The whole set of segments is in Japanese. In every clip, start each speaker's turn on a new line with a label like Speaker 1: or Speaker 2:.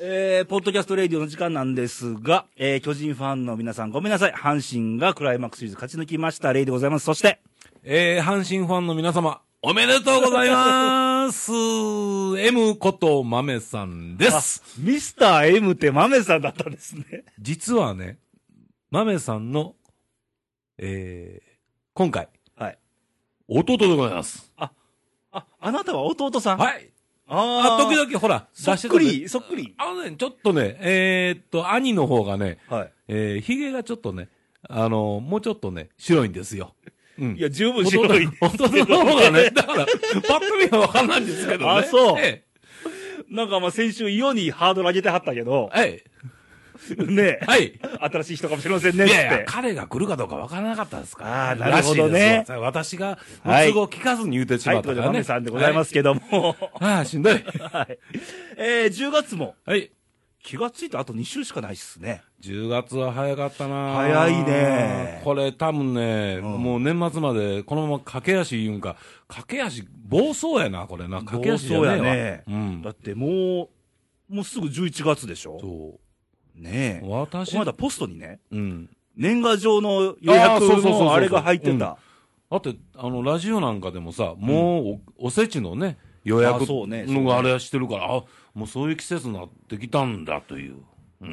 Speaker 1: えー、ポッドキャストレディオの時間なんですが、えー、巨人ファンの皆さんごめんなさい。阪神がクライマックスシリーズ勝ち抜きました。レイでございます。そして、
Speaker 2: えー、阪神ファンの皆様、おめでとうございます !M こと豆さんで
Speaker 1: あ
Speaker 2: す、
Speaker 1: ミスター M ってマメさんだったんですね。
Speaker 2: 実はね、豆さんの、えー、今回、
Speaker 1: はい。
Speaker 2: 弟でございます。
Speaker 1: あ、あなたは弟さんい。
Speaker 2: はい。
Speaker 1: あ
Speaker 2: あ、
Speaker 1: ー
Speaker 2: 時々ほら、
Speaker 1: そっ
Speaker 2: 出して
Speaker 1: く
Speaker 2: たね
Speaker 1: り、そっくり。
Speaker 2: あのね、ちょっとね、えー、っと、兄の方がね、
Speaker 1: はい。
Speaker 2: えー、髭がちょっとね、あのもうちょっとね、白いんですよ。うん。
Speaker 1: いや、十分白い。
Speaker 2: 弟弟の方がね、だから、パッと見はわかんないんですけどね。
Speaker 1: あそう
Speaker 2: え
Speaker 1: なんかまあ先週イオにハードル上げてはったけど
Speaker 2: え、はい。
Speaker 1: ねえ、
Speaker 2: はい。
Speaker 1: 新しい人かもしれませんねっ
Speaker 2: い
Speaker 1: て。
Speaker 2: やいや、彼が来るかどうかわからなかったですから。
Speaker 1: あーなるほどね
Speaker 2: らしいですわ私が、
Speaker 1: はい
Speaker 2: 都合聞かずに言うてし
Speaker 1: は
Speaker 2: まっ
Speaker 1: い、とい
Speaker 2: た
Speaker 1: うことで、
Speaker 2: から
Speaker 1: マ
Speaker 2: ね。。
Speaker 1: メさんでございますすけども。
Speaker 2: ああ、しんどい。
Speaker 1: はい。えー、10月も
Speaker 2: はい。
Speaker 1: 気がついたあと2週しかないっすね。
Speaker 2: 10月は早かったな
Speaker 1: 早いね
Speaker 2: これ多分ね、
Speaker 1: ん
Speaker 2: もう年末までこのまま駆け足言うんか、駆け足、暴走やな、これな。駆け足じゃねえわ。
Speaker 1: 暴走やね
Speaker 2: うん
Speaker 1: だ。ってもう、もうすぐ11月でしょ
Speaker 2: そ
Speaker 1: ね
Speaker 2: う。
Speaker 1: え。
Speaker 2: 私、
Speaker 1: まだポストにね、
Speaker 2: うん。
Speaker 1: 年賀状の予
Speaker 2: あー
Speaker 1: 約
Speaker 2: そうそうそうそう
Speaker 1: のあれが入ってた。
Speaker 2: だって、あの、ラジオなんかでもさ、もうお、おせちのね、予約
Speaker 1: あそうね
Speaker 2: のがあれはしてるから、あ、もうそういう季節になってきたんだという。うん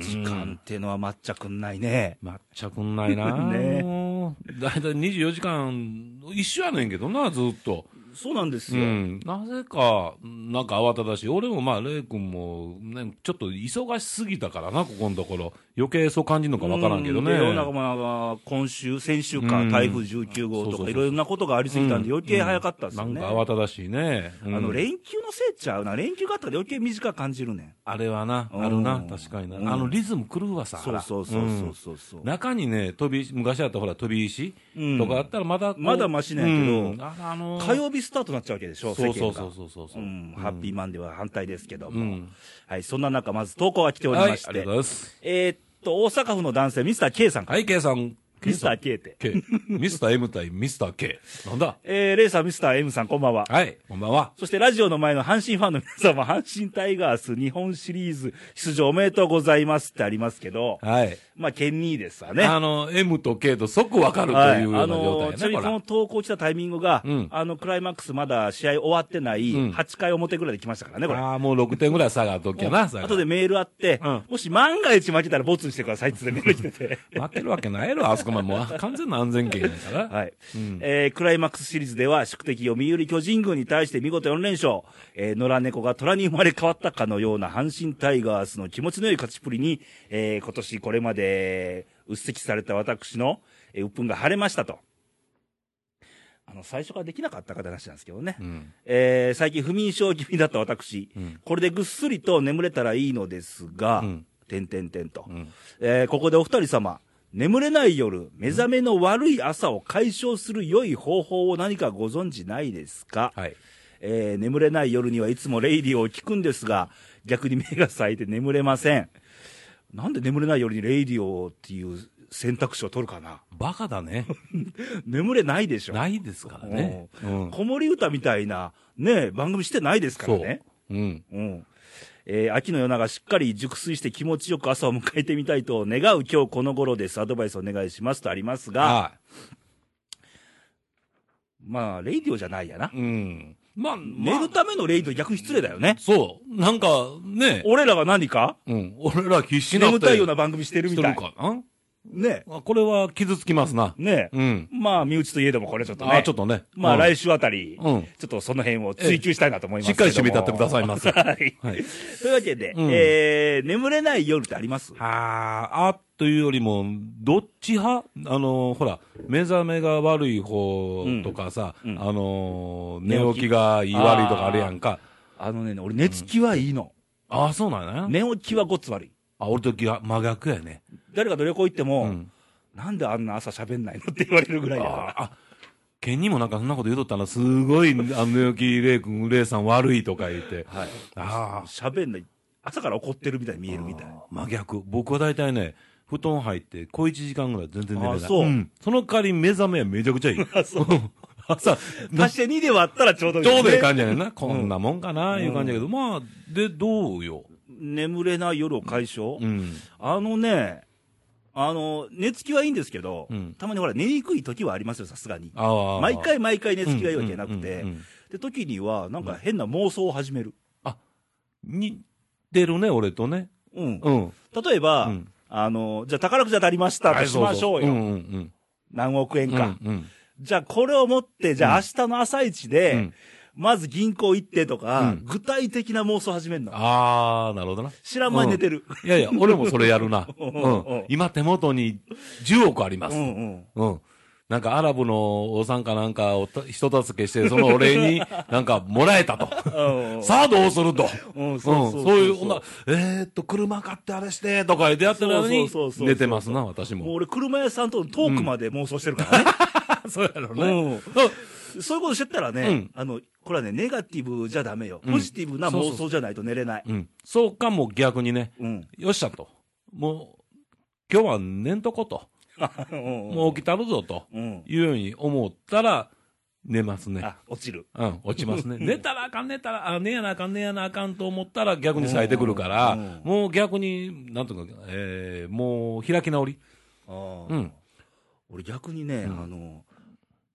Speaker 1: 時間ってのは抹茶くんないね。
Speaker 2: 抹茶くんないな
Speaker 1: ね
Speaker 2: もうだいたい24時間、一緒やねんけどな、ずっと。
Speaker 1: そうなんです
Speaker 2: う
Speaker 1: よ。
Speaker 2: ん。なぜか、なんか慌ただしい。俺もまあ、レイ君も、ね、ちょっと忙しすぎたからな、ここのところ。余計そう感じるのかわからんけどね。
Speaker 1: うで世の中もなんか今週、先週か、
Speaker 2: うん
Speaker 1: 台風19号
Speaker 2: そ
Speaker 1: と
Speaker 2: うそ
Speaker 1: か、
Speaker 2: うそう
Speaker 1: いろいろなことがありすぎたんで、余計早かったです
Speaker 2: な
Speaker 1: よね。
Speaker 2: んか慌ただしいね。うん
Speaker 1: あの、連休のせいちゃうな。連休があったから余計短く感じるねん。
Speaker 2: あれはな、
Speaker 1: うん
Speaker 2: あるな、確かにな。
Speaker 1: うん
Speaker 2: あのリズム狂うわさ。。
Speaker 1: そうそうそうそうそうそううん
Speaker 2: 中にね、飛び石、昔あったほら、飛び石
Speaker 1: うん
Speaker 2: とかあったらまだこう、
Speaker 1: まだマシなんやけど
Speaker 2: うんあのあの
Speaker 1: 火曜日スタートになっちゃうわけでしょ、
Speaker 2: そうそ
Speaker 1: 世
Speaker 2: う
Speaker 1: 間
Speaker 2: そ
Speaker 1: が
Speaker 2: うそうそうそう。
Speaker 1: うん、ハッピーマンでは反対ですけども。
Speaker 2: うん
Speaker 1: はい、そんな中、まず投稿が来ており
Speaker 2: はい、あり
Speaker 1: ま
Speaker 2: が
Speaker 1: し
Speaker 2: と
Speaker 1: て。
Speaker 2: うございます。
Speaker 1: えーっと、大阪府の男性、ミスター K さんから。
Speaker 2: はい、K さん。
Speaker 1: ミスター
Speaker 2: ー
Speaker 1: K って。
Speaker 2: K。ミスター M 対ミスター K。なんだ
Speaker 1: えー、レイさん、ミスター M さん、こんばんは。
Speaker 2: はい、こんばんは。
Speaker 1: そしてラジオの前の阪神ファンの皆様、阪神タイガース日本シリーズ出場おめでとうございますってありますけど、
Speaker 2: はい。
Speaker 1: まあ、ケンニーですわね。
Speaker 2: あの、M と K と即わかると
Speaker 1: はい
Speaker 2: いうような
Speaker 1: あのち
Speaker 2: 状
Speaker 1: な
Speaker 2: 態
Speaker 1: みに
Speaker 2: や
Speaker 1: こ
Speaker 2: ね、
Speaker 1: の投稿来たタイミングが、
Speaker 2: うん
Speaker 1: あのクライマックスまだ試合終わってない
Speaker 2: うん
Speaker 1: 8回表ぐらいで来ましたからね、
Speaker 2: こ
Speaker 1: こ
Speaker 2: れ。
Speaker 1: れ。
Speaker 2: ああ、もう6点ぐらい差があっときやな、差が
Speaker 1: 後でメールあって、
Speaker 2: うん
Speaker 1: もし万が一負けたらボツにしてくださいっつってメール来て て。
Speaker 2: 負けるわけないやろ、あそこまで。もう完全な安全圏やから。
Speaker 1: はい、えークライマックスシリーズでは宿敵読売巨人軍に対して見事4連勝、えー野良猫が虎に生まれ変わったかのような阪神タイガースの気持ちの良い勝ちっぷりに、えー今年これまでうっせきされた私の、えー、鬱憤が晴れましたと。あの、最初からできなかったかって話なんですけどね。
Speaker 2: うん
Speaker 1: えー最近不眠症気味だった私、
Speaker 2: うん
Speaker 1: これでぐっすりと眠れたらいいのですが、
Speaker 2: うん
Speaker 1: てんてんてんと。
Speaker 2: うん
Speaker 1: えーここでお二人様、眠れない夜、目覚めの悪い朝を解消する良い方法を何かご存知ないですか、
Speaker 2: はい。
Speaker 1: えー眠れない夜にはいつもレイディオを聞くんですが、逆に目が冴えて眠れません。なんで眠れない夜にレイディオっていう選択肢を取るかな
Speaker 2: バカだ ね。
Speaker 1: 眠れないでしょ
Speaker 2: ないですからね。
Speaker 1: うん子守歌みたいな、ね、番組してないですからね。
Speaker 2: そう。うん。
Speaker 1: うん。えー秋の夜長しっかり熟睡して気持ちよく朝を迎えてみたいと願う今日この頃です。アドバイスお願いしますとありますが、
Speaker 2: は
Speaker 1: まあ、レイディオじゃないやな。
Speaker 2: い。うん。まあ、ま
Speaker 1: 寝
Speaker 2: あ
Speaker 1: るためのレイディオ逆に失礼だよね。
Speaker 2: そう。なんか、ね。
Speaker 1: 俺らが何か
Speaker 2: うん。俺ら必死になって
Speaker 1: 眠たいような番組してる
Speaker 2: し
Speaker 1: み
Speaker 2: て
Speaker 1: た
Speaker 2: る
Speaker 1: い。
Speaker 2: かな
Speaker 1: ね。
Speaker 2: あこれは傷つきますな。
Speaker 1: ね。
Speaker 2: うん。
Speaker 1: まあ、身内といえどもこれちょっとね。
Speaker 2: あちょっとね。
Speaker 1: まあ、
Speaker 2: うん
Speaker 1: 来週あたり、
Speaker 2: うん
Speaker 1: ちょっとその辺を追求したいなと思います
Speaker 2: しっ
Speaker 1: けど
Speaker 2: か
Speaker 1: も
Speaker 2: り締めてやってくださいませ。は
Speaker 1: はい。
Speaker 2: い。
Speaker 1: というわけで、
Speaker 2: うん
Speaker 1: えー、眠れない夜ってあります
Speaker 2: あーあというよりも、どっち派あのーほら、目覚めが悪い方とかさ、
Speaker 1: うんうん
Speaker 2: あのー
Speaker 1: 寝起き
Speaker 2: 寝起きがいい悪いとかあるやんか。
Speaker 1: あのね、俺寝つきはいいの。
Speaker 2: ああ、そうなんやね。
Speaker 1: 寝起きはごっつ悪い。
Speaker 2: あ、俺ときは真逆やね。
Speaker 1: 誰かと旅行行っても、
Speaker 2: うん
Speaker 1: なんであんな朝喋んないのって言われるぐらい
Speaker 2: あ
Speaker 1: やから。
Speaker 2: ーあ、ケンにもなんかそんなこと言うとったな、すごい、あの、寝起き、レイ君、レイさん悪いとか言って。
Speaker 1: はい。
Speaker 2: ああ、
Speaker 1: 喋んない。朝から怒ってるみたいに見えるみたい。
Speaker 2: 真逆。僕は大体ね、布団入って、小1時間ぐらい全然寝れない。
Speaker 1: あーそうん
Speaker 2: その代わり目覚めはめちゃ くちゃいい。 朝、
Speaker 1: 足して2で割ったらちょうどいい、
Speaker 2: ちょうどいい
Speaker 1: ね
Speaker 2: 感じやねんな。こんなもんかな、いう感じやけど、まあ、で、どうよ。
Speaker 1: 眠れない夜を解消、
Speaker 2: うん。
Speaker 1: あのね、あの、寝つきはいいんですけど、
Speaker 2: うん
Speaker 1: たまにほら、寝にくい時はありますよ、さすがに。
Speaker 2: ああ。
Speaker 1: 毎回毎回寝つきがいいわけじゃなく
Speaker 2: うんうん
Speaker 1: て
Speaker 2: うんう、ん
Speaker 1: で、時には、なんか変な妄想を始める。
Speaker 2: 似てるね、俺とね。
Speaker 1: うん。
Speaker 2: うん。
Speaker 1: 例えば、
Speaker 2: うん
Speaker 1: あの、じゃあ宝くじ当たりましたとしましょうよ。
Speaker 2: んうん
Speaker 1: 何億円
Speaker 2: うん。
Speaker 1: か、
Speaker 2: うんうん
Speaker 1: じゃあこれを持って、じゃあ明日の朝一で、
Speaker 2: うん
Speaker 1: まず銀行行ってとか、
Speaker 2: うん
Speaker 1: 具体的な妄想始めるの。
Speaker 2: ああ、なるほどな。
Speaker 1: 知らん間に寝てる。
Speaker 2: いやいや、俺もそれやるな。
Speaker 1: う
Speaker 2: うんん。今手元に10億ありま
Speaker 1: う
Speaker 2: す。
Speaker 1: ん、うん、
Speaker 2: うん。なんかアラブのお産かなんかをた人助けして、そのお礼 になんかもらえたと。
Speaker 1: うん。
Speaker 2: さあどうすると。
Speaker 1: うん、
Speaker 2: うん、そういう、ほんな
Speaker 1: も、
Speaker 2: えーっと、車買ってあれして、とか言ってやってるの
Speaker 1: そうそうそ
Speaker 2: に
Speaker 1: うそう、そう
Speaker 2: 寝てますな、私
Speaker 1: う
Speaker 2: も。
Speaker 1: 俺、車屋さんとのトークまで妄想してるからね。
Speaker 2: そうやろ
Speaker 1: うん。
Speaker 2: そう
Speaker 1: そういうことしてったらね、
Speaker 2: うん
Speaker 1: あの、これはね、ネガティブじゃダメよ。
Speaker 2: うん
Speaker 1: ポジティブな妄想じゃないと寝れない。
Speaker 2: うん。そうかも逆にね、
Speaker 1: うん。
Speaker 2: よっしゃと。もう、今日は寝んとこと。も
Speaker 1: も
Speaker 2: う起きたるぞと。
Speaker 1: うん、うん。
Speaker 2: いうように思ったら、寝ますね。
Speaker 1: あ、落ちる。
Speaker 2: うん、落ちますね。寝たらあかん、寝たら、あ、寝やなあかん、寝やなあかんと思ったら逆に冴えてくるから
Speaker 1: うん、
Speaker 2: もう逆に、なんとか、えー、もう開き直り。
Speaker 1: ああ
Speaker 2: うん、
Speaker 1: 俺逆にね、あの、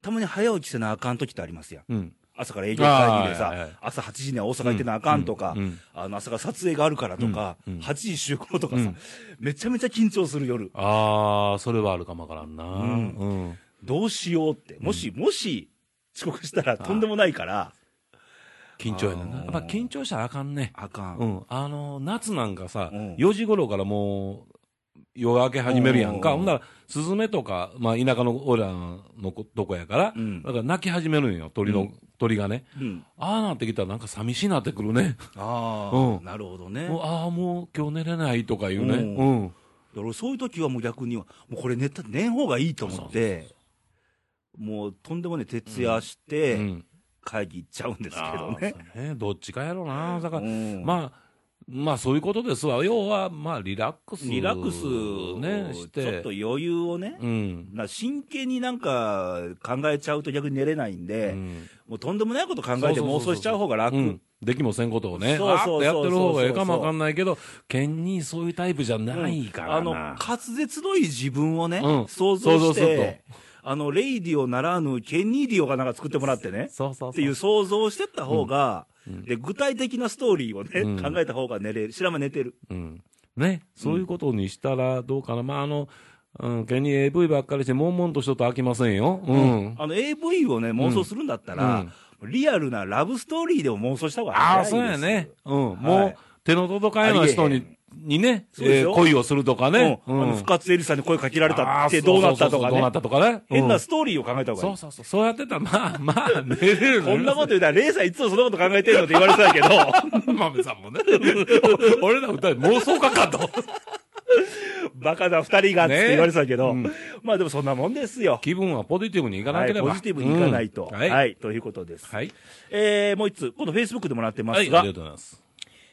Speaker 1: たまに早起きせなあかん時ってありますやん。
Speaker 2: うん。
Speaker 1: 朝から営業会議で
Speaker 2: あ
Speaker 1: さ、
Speaker 2: ーはいはい
Speaker 1: 朝8時には大阪行ってなあかんとか、
Speaker 2: うんうん
Speaker 1: あの朝から撮影があるからとか、
Speaker 2: うんうん
Speaker 1: 8時集合とかさ、
Speaker 2: うん
Speaker 1: めちゃめちゃ緊張する夜。
Speaker 2: あー、それはあるかもわからんな。
Speaker 1: ん
Speaker 2: うん
Speaker 1: どうしようって。もし、もし、遅刻したらとんでもないから、
Speaker 2: 緊張やねん
Speaker 1: あ
Speaker 2: な。や
Speaker 1: ー
Speaker 2: っぱ緊張したらあかんね。
Speaker 1: あかん。
Speaker 2: うん。あの、夏なんかさ、
Speaker 1: うん
Speaker 2: 4時頃からもう、夜が明け始めるやんか。
Speaker 1: うん
Speaker 2: ほんなら、スズメとか、まあ、田舎の俺らのことこやから、
Speaker 1: うん
Speaker 2: だから泣き始めるんよ、鳥の、鳥がね。
Speaker 1: うん。
Speaker 2: ああなってきたらなんか寂しいなってくるね。
Speaker 1: ああ、
Speaker 2: うん
Speaker 1: なるほどね。
Speaker 2: もうああ、もう今日寝れないとかいうね。
Speaker 1: うん
Speaker 2: うん。
Speaker 1: 俺そういう時はもう逆には、もうこれ寝た、寝ん方がいいと思って、もうとんでもね、徹夜し
Speaker 2: う
Speaker 1: て、
Speaker 2: ん。
Speaker 1: 会議行っちゃうんですけど
Speaker 2: あ
Speaker 1: ね。
Speaker 2: ーそうねどっちかやろうな。だから、
Speaker 1: うん
Speaker 2: まあ、まあそういうことですわ。要は、まあリラックス。
Speaker 1: リラックス
Speaker 2: ね、
Speaker 1: を
Speaker 2: し
Speaker 1: ちょ
Speaker 2: て。
Speaker 1: っと余裕をね、
Speaker 2: うん。
Speaker 1: な真剣になんか考えちゃうと逆に寝れないんで、
Speaker 2: うん
Speaker 1: もうとんでもないこと考え
Speaker 2: そう
Speaker 1: て
Speaker 2: そうそう
Speaker 1: 妄想しちゃう方が楽。
Speaker 2: うんできもせんことをね、
Speaker 1: そう
Speaker 2: わ
Speaker 1: そ
Speaker 2: ー
Speaker 1: うそうそう
Speaker 2: っとやってる方がええかもわかんないけど、県にそういうタイプじゃ
Speaker 1: うん
Speaker 2: ないから
Speaker 1: あの
Speaker 2: な。
Speaker 1: 滑舌のいい自分をね、
Speaker 2: うん
Speaker 1: 想像
Speaker 2: 想
Speaker 1: し
Speaker 2: 像する
Speaker 1: て、あのレイディオならぬケニーディオがなんか作ってもらってね、
Speaker 2: そうそうそう。
Speaker 1: っていう想像をしてった方が、で具体的なストーリーをね、
Speaker 2: うん
Speaker 1: 考えた方が寝れる、知らんま寝てる、
Speaker 2: うんね、そういうことにしたらどうかな、まああの、うん、ケニー AV ばっかりして、悶々としとったら飽きませんよ。うん。
Speaker 1: あの AV をね、妄想するんだったら、リアルなラブストーリーでも妄想した方が早い
Speaker 2: ああ、
Speaker 1: です
Speaker 2: そうやね。うん。
Speaker 1: い
Speaker 2: もう、手の届かないような人
Speaker 1: あり
Speaker 2: に、にね、
Speaker 1: そうでし
Speaker 2: え
Speaker 1: ょ
Speaker 2: ー恋をするとかね。
Speaker 1: うんあの深津絵里さんに声かけられた
Speaker 2: あ
Speaker 1: って
Speaker 2: ー
Speaker 1: どうなったと
Speaker 2: そうそうそ
Speaker 1: か
Speaker 2: うどうな
Speaker 1: ね
Speaker 2: っ、たとかね。
Speaker 1: 変な
Speaker 2: そ
Speaker 1: ストーリーを考えた
Speaker 2: う
Speaker 1: 方が
Speaker 2: そ
Speaker 1: いうい。
Speaker 2: そう。そうやってたら、まあまあ、寝れる。
Speaker 1: こんなことと言うたら、レイさんいつもそんなこと考えてるのって言われそうやけど、
Speaker 2: 豆さんもね。俺ら二人妄想家かと。
Speaker 1: バカな二人がっつって言われそうやけど、
Speaker 2: ねうん
Speaker 1: まあでもそんなもんですよ。
Speaker 2: 気分はポジティブにいかな
Speaker 1: は
Speaker 2: け
Speaker 1: い、
Speaker 2: れば。
Speaker 1: ポジティブにいかないと。
Speaker 2: うん
Speaker 1: はい、
Speaker 2: はい。
Speaker 1: ということです。
Speaker 2: はい。
Speaker 1: えー、もう一つ、今度 Facebook でもらってま
Speaker 2: はい、あ
Speaker 1: す
Speaker 2: り
Speaker 1: が、
Speaker 2: がとうございます。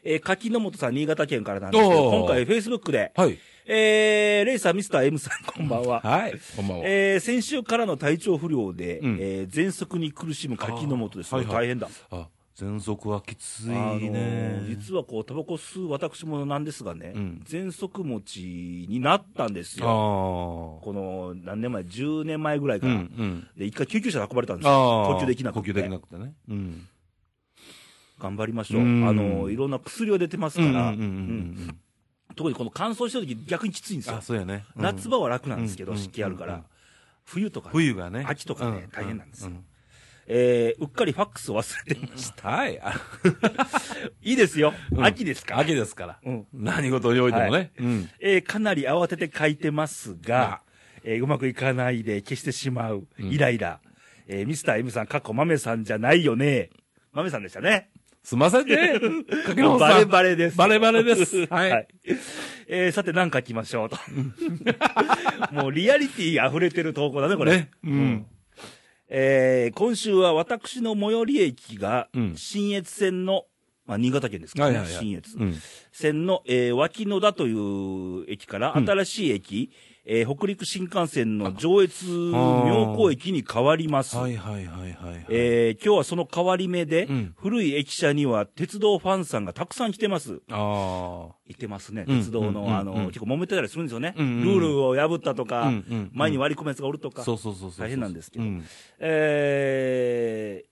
Speaker 1: えー、柿の本さん、新潟県からなんですけど、
Speaker 2: おー
Speaker 1: 今回 Facebook で、
Speaker 2: はい。
Speaker 1: えー、レイさん、ミスター M さん、こんばんは。
Speaker 2: はい。こんばんは。
Speaker 1: えー、先週からの体調不良で、
Speaker 2: うん
Speaker 1: えー、喘息に苦しむ柿の本です。
Speaker 2: あーはいはい
Speaker 1: 大変だ。
Speaker 2: あ、喘息はきつい
Speaker 1: あのー
Speaker 2: ね。
Speaker 1: 実はこう、タバコ吸う私もなんですがね、
Speaker 2: うん
Speaker 1: 喘息持ちになったんです
Speaker 2: あ
Speaker 1: よ。
Speaker 2: あ。
Speaker 1: この、何年前 ?10 年前ぐらいか
Speaker 2: うん、う
Speaker 1: ら。
Speaker 2: ん。
Speaker 1: で、一回救急車で運ばれたんですよ。
Speaker 2: ああ。
Speaker 1: 呼吸できなくて
Speaker 2: 呼吸できなくてね。うん。
Speaker 1: 頑張りましょう。
Speaker 2: うん
Speaker 1: あの、いろんな薬は出てます
Speaker 2: う
Speaker 1: か
Speaker 2: んうんうん
Speaker 1: ら、
Speaker 2: うんうん。
Speaker 1: 特にこの乾燥してる時逆にきついんですよ
Speaker 2: あ、。そうやね。うん
Speaker 1: 夏場は楽なんですけど、
Speaker 2: うん
Speaker 1: 湿気あるか
Speaker 2: うん
Speaker 1: ら。冬とかね、
Speaker 2: 冬がね。
Speaker 1: 秋とかね
Speaker 2: う
Speaker 1: 大変なんですよ
Speaker 2: う
Speaker 1: えーうっかりファックスを忘れていました。
Speaker 2: はい。あ
Speaker 1: いいですよ。
Speaker 2: うん
Speaker 1: 秋ですから。
Speaker 2: 秋ですから
Speaker 1: うん。
Speaker 2: 何事においても
Speaker 1: はい
Speaker 2: ね。うん。
Speaker 1: えーかなり慌てて書いてますが、えーうまくいかないで消してしまう。イライラ。えーミスター M さん、過去豆さんじゃないよね。豆さんでしたね。
Speaker 2: すんませんね。 かけろさん
Speaker 1: バレバレです。
Speaker 2: バレバレ です。は
Speaker 1: はいい。。えーさて何書きましょうと。 もうリアリティ溢れてる投稿だね、これ。
Speaker 2: ね。うん。
Speaker 1: えー今週は私の最寄り駅が
Speaker 2: う、ん
Speaker 1: 新越線の、まあ、新潟県ですけど
Speaker 2: は
Speaker 1: ね、
Speaker 2: いはいはい。
Speaker 1: 新越
Speaker 2: うん。
Speaker 1: 線の、えー脇野田という駅から、新しい駅、えー北陸新幹線の上越妙高駅に変わります。
Speaker 2: はいはいはいはい。
Speaker 1: えー今日はその変わり目で、
Speaker 2: うん
Speaker 1: 古い駅舎には鉄道ファンさんがたくさん来てます。
Speaker 2: あ
Speaker 1: いてますね。
Speaker 2: うん
Speaker 1: 鉄道の、
Speaker 2: うん
Speaker 1: あの、
Speaker 2: うん
Speaker 1: 結構揉めてたりするんですよね。
Speaker 2: うんうん
Speaker 1: ルールを破ったとか、
Speaker 2: うんうん
Speaker 1: 前に割り込むやつがおると
Speaker 2: あ。
Speaker 1: か。
Speaker 2: そうそうそうそう。
Speaker 1: 大変なんですけど
Speaker 2: うん
Speaker 1: えー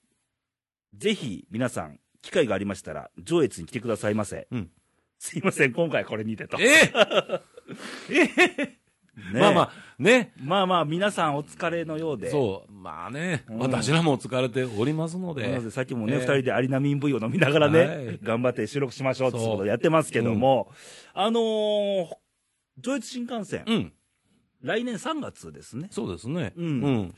Speaker 1: ぜひ皆さん、機会がありましたら、上越に来てくださいませ。
Speaker 2: うん
Speaker 1: すいません、今回これにてと。ね
Speaker 2: え
Speaker 1: え
Speaker 2: まあまあ、ね。
Speaker 1: まあまあ、皆さんお疲れのようで。
Speaker 2: そう。まあね。
Speaker 1: うん
Speaker 2: 私らも疲れております
Speaker 1: な
Speaker 2: ので
Speaker 1: の。で、さっきもね、
Speaker 2: え
Speaker 1: 二、
Speaker 2: え
Speaker 1: 人でアリナミン V を飲みながらね、
Speaker 2: はい
Speaker 1: 頑張って収録しましょうって
Speaker 2: そう
Speaker 1: ことをやってますけども、あのー、上越新幹線、
Speaker 2: うん。
Speaker 1: 来年3月ですね。
Speaker 2: そうですね。
Speaker 1: うん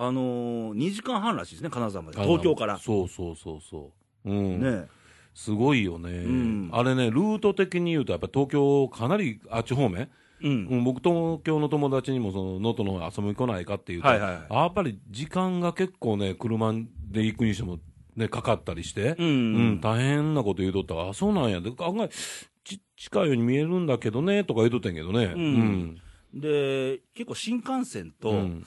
Speaker 1: あのー、2時間半らしいですね、金沢まで。
Speaker 2: あの
Speaker 1: 東京から。
Speaker 2: そうそうそうそう。うん。
Speaker 1: ね
Speaker 2: すごいよね、
Speaker 1: ん
Speaker 2: あれね、ルート的に言うと、やっぱり東京、かなりあっち方面、
Speaker 1: う。
Speaker 2: うんん、僕、東京の友達にもその能登の方に遊びに来ないかっていうと、
Speaker 1: はいはいはい
Speaker 2: あやっぱり時間が結構ね、車で行くにしても、ね、かかったりして、
Speaker 1: うん
Speaker 2: うん大変なこと言うとったから、あそうなんやで、考えち近いように見えるんだけどねとか言うとったんやけどね、
Speaker 1: うんで、結構新幹線と、
Speaker 2: うん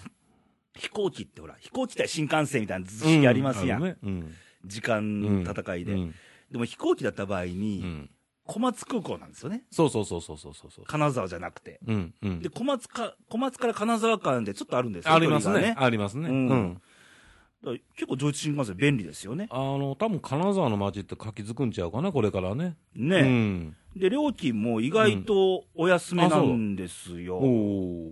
Speaker 1: 飛行機ってほら、飛行機って新幹線みたいな図式ありますやん。
Speaker 2: あるねうん
Speaker 1: 時間戦いで、
Speaker 2: うん
Speaker 1: でも飛行機だった場合
Speaker 2: う
Speaker 1: に、
Speaker 2: ん
Speaker 1: 小松空港なんですよね。
Speaker 2: そうそうそうそうそうそう、
Speaker 1: 金沢じゃなくて。
Speaker 2: うんうん
Speaker 1: で、、小松か、小松から金沢間でちょっとあるんですよ
Speaker 2: あります
Speaker 1: 距離
Speaker 2: ね
Speaker 1: が
Speaker 2: ありますね。
Speaker 1: うん
Speaker 2: うん
Speaker 1: だから結構上越新幹線便利ですよね。
Speaker 2: あの、多分金沢の街って活気づくんちゃうかな、これからね。
Speaker 1: ね、
Speaker 2: うん。
Speaker 1: で、料金も意外とお安めなんですよ。
Speaker 2: お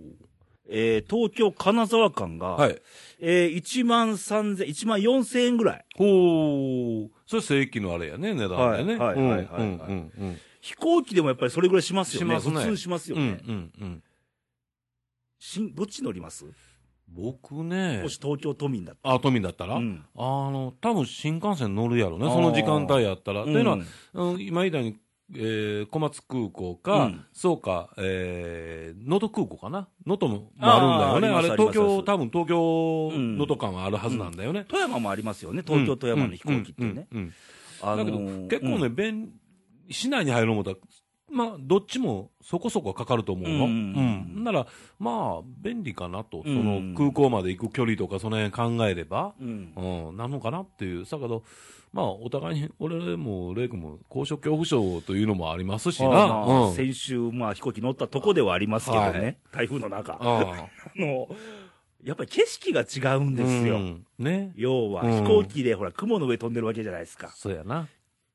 Speaker 1: えー東京金沢間が、
Speaker 2: お。はい。
Speaker 1: えー、1万三千、1万4千円ぐらい。
Speaker 2: ほう。それ正規のあれやね、値段だよね。
Speaker 1: はいはいはいはい
Speaker 2: うんうんうん
Speaker 1: 飛行機でもやっぱりそれぐらいしますよね。
Speaker 2: しますね
Speaker 1: 普通します
Speaker 2: うん。
Speaker 1: よ
Speaker 2: う
Speaker 1: ね。
Speaker 2: んうんうん。
Speaker 1: しんどっち乗ります
Speaker 2: 僕ね
Speaker 1: も、し東京都民だっ
Speaker 2: あ、都民だったら、
Speaker 1: たら。うん
Speaker 2: あの、多分新幹線乗るやろね、
Speaker 1: あー
Speaker 2: その時間帯やったら。っていうのは
Speaker 1: うん、
Speaker 2: うん今みたいに、えー小松空港か、
Speaker 1: うん
Speaker 2: そうか、えー能登空港かな能登もあるんだよね。
Speaker 1: あー
Speaker 2: あ
Speaker 1: あり
Speaker 2: れ、
Speaker 1: ます
Speaker 2: 東
Speaker 1: あり
Speaker 2: 京、
Speaker 1: ます
Speaker 2: 多分東京、
Speaker 1: うん
Speaker 2: 能登間はあるはずなんだよね。
Speaker 1: 富山もありますよね、東京、富山の飛行機ってね。
Speaker 2: うん。うんうん
Speaker 1: あの
Speaker 2: だけど、
Speaker 1: ー
Speaker 2: 結構ね、
Speaker 1: うん
Speaker 2: 便市内に入ろう思ったら、まあ、どっちもそこそこかかると思うの。
Speaker 1: う
Speaker 2: うんんなら、まあ、便利かなと、そ
Speaker 1: うん
Speaker 2: の空港まで行く距離とか、その辺考えれば、
Speaker 1: うん
Speaker 2: うん、なのかなっていう。だけど、まあ、お互いに、俺も、レイ君も、高所恐怖症というのもありますしな。
Speaker 1: まあまあ
Speaker 2: うん
Speaker 1: 先週、まあ、飛行機乗ったとこではありますけど
Speaker 2: は
Speaker 1: ね
Speaker 2: い、
Speaker 1: 台風の中、あ
Speaker 2: あ
Speaker 1: のやっぱり景色が違うん
Speaker 2: あ
Speaker 1: です
Speaker 2: う
Speaker 1: よ、
Speaker 2: んね。
Speaker 1: 要は
Speaker 2: うん
Speaker 1: 飛行機でほら、雲の上飛んでるわけじゃないですか、
Speaker 2: そうやな。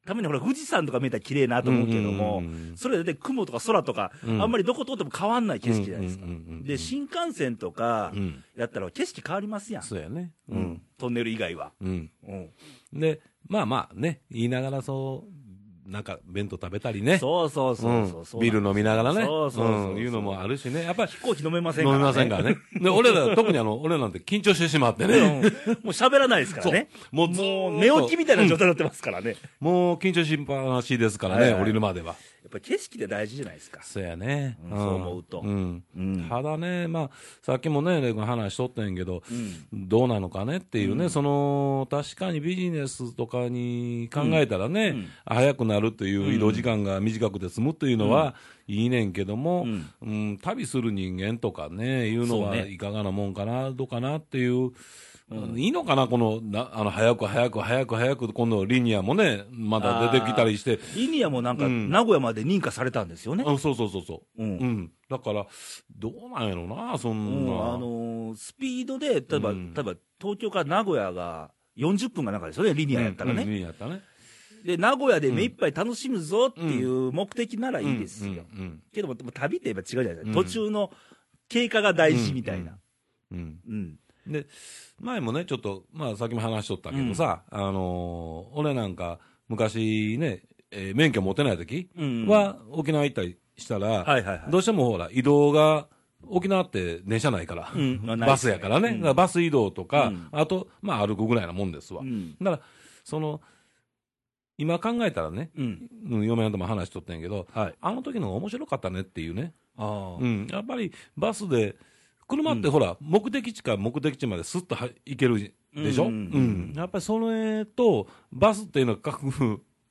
Speaker 1: たまにほら、富士山とか見えたら綺麗なと思うけども
Speaker 2: うんうんうんう、ん
Speaker 1: それで雲とか空とか、
Speaker 2: うん
Speaker 1: あんまりどこ通っても変わんない景色じゃないですか
Speaker 2: うんうんうんう、ん
Speaker 1: で新幹線とか
Speaker 2: うん。
Speaker 1: やったら景色変わりますやん、
Speaker 2: そうやね。
Speaker 1: う
Speaker 2: うんん。
Speaker 1: トンネル以外は。
Speaker 2: うん。
Speaker 1: うん
Speaker 2: で、まあまあね、言いながらそう、なんか弁当食べたりね。
Speaker 1: そうそうそうそうそう、
Speaker 2: んビール飲みながらね。
Speaker 1: そうそうそうそうん
Speaker 2: いうのもあるしね。やっぱり
Speaker 1: 飛行機飲めません
Speaker 2: 飲
Speaker 1: か
Speaker 2: み
Speaker 1: ら、ね。
Speaker 2: ませんからね。で、俺ら、特にあの、俺らなんて緊張してしまってね。
Speaker 1: うん もう喋らないですからね。
Speaker 2: もうず
Speaker 1: も
Speaker 2: ー
Speaker 1: う
Speaker 2: っと
Speaker 1: 寝起きみたいな状態になってますからね。や
Speaker 2: もう緊張しっぱなしですから
Speaker 1: は
Speaker 2: ね、
Speaker 1: いはい
Speaker 2: 降りるまでは。
Speaker 1: っぱり景色って大事じゃないですか。
Speaker 2: そうやね。
Speaker 1: うんそう思うと
Speaker 2: うん。
Speaker 1: うん
Speaker 2: ただね、まあ、さっきもね、レイ君話しとってんけど、
Speaker 1: うん
Speaker 2: どうなのかねっていうね、その、確かにビジネスとかに考えたらね、
Speaker 1: うん
Speaker 2: 早くなるという移動時間が短くて済むというのは、いいねんけども、
Speaker 1: うん
Speaker 2: うん旅する人間とかね、いうのは
Speaker 1: そうね
Speaker 2: いかがなもんかな、どうかなっていう、いいのかな、この、なあの、早く早く早く早く、今度リニアもね、まだ出てきたりして、
Speaker 1: リニアもなんか、
Speaker 2: うん
Speaker 1: 名古屋まで認可されたんですよね。
Speaker 2: あそうそうそうそう。
Speaker 1: うん
Speaker 2: うん。だから、どうなんやろな、そ
Speaker 1: うんん
Speaker 2: な。
Speaker 1: あのースピードで、例えば、
Speaker 2: うん
Speaker 1: 例えば東京から名古屋が40分が中ですよね、リニアやったらね。
Speaker 2: うんうんやったね。
Speaker 1: で、名古屋で目いっぱい楽しむぞっていう目的ならいいですよ。
Speaker 2: うんうん
Speaker 1: けども、でも旅ってやっぱ違うじゃないですか。
Speaker 2: うん
Speaker 1: 途中の経過が大事みたいな。
Speaker 2: うんうん
Speaker 1: うん。
Speaker 2: で、前もね、ちょっと、まあ、さっきも話しとったけどさ、あのー俺なんか、昔ね、えー免許持てない時
Speaker 1: うん
Speaker 2: は、沖縄行ったりしたら、
Speaker 1: はいはいはい
Speaker 2: どうしてもほら、移動が、沖縄って電車ないから、
Speaker 1: うんまあない
Speaker 2: バスやからね、
Speaker 1: うん
Speaker 2: だからバス移動とか、
Speaker 1: うん
Speaker 2: あと、まあ、歩くぐらいなもんですわ。
Speaker 1: うん。
Speaker 2: だから、その、今考えたらね、
Speaker 1: うん。
Speaker 2: うん嫁なんとも話しとったんやけど、
Speaker 1: はい。
Speaker 2: あの時の方が面白かったねっていうね、
Speaker 1: ああ
Speaker 2: う。ん、やっぱりバスで、車ってほら、目的地から目的地まですっとは行けるでしょ、
Speaker 1: う
Speaker 2: うんん
Speaker 1: うんうん
Speaker 2: やっぱりそれと、バスっていうのは各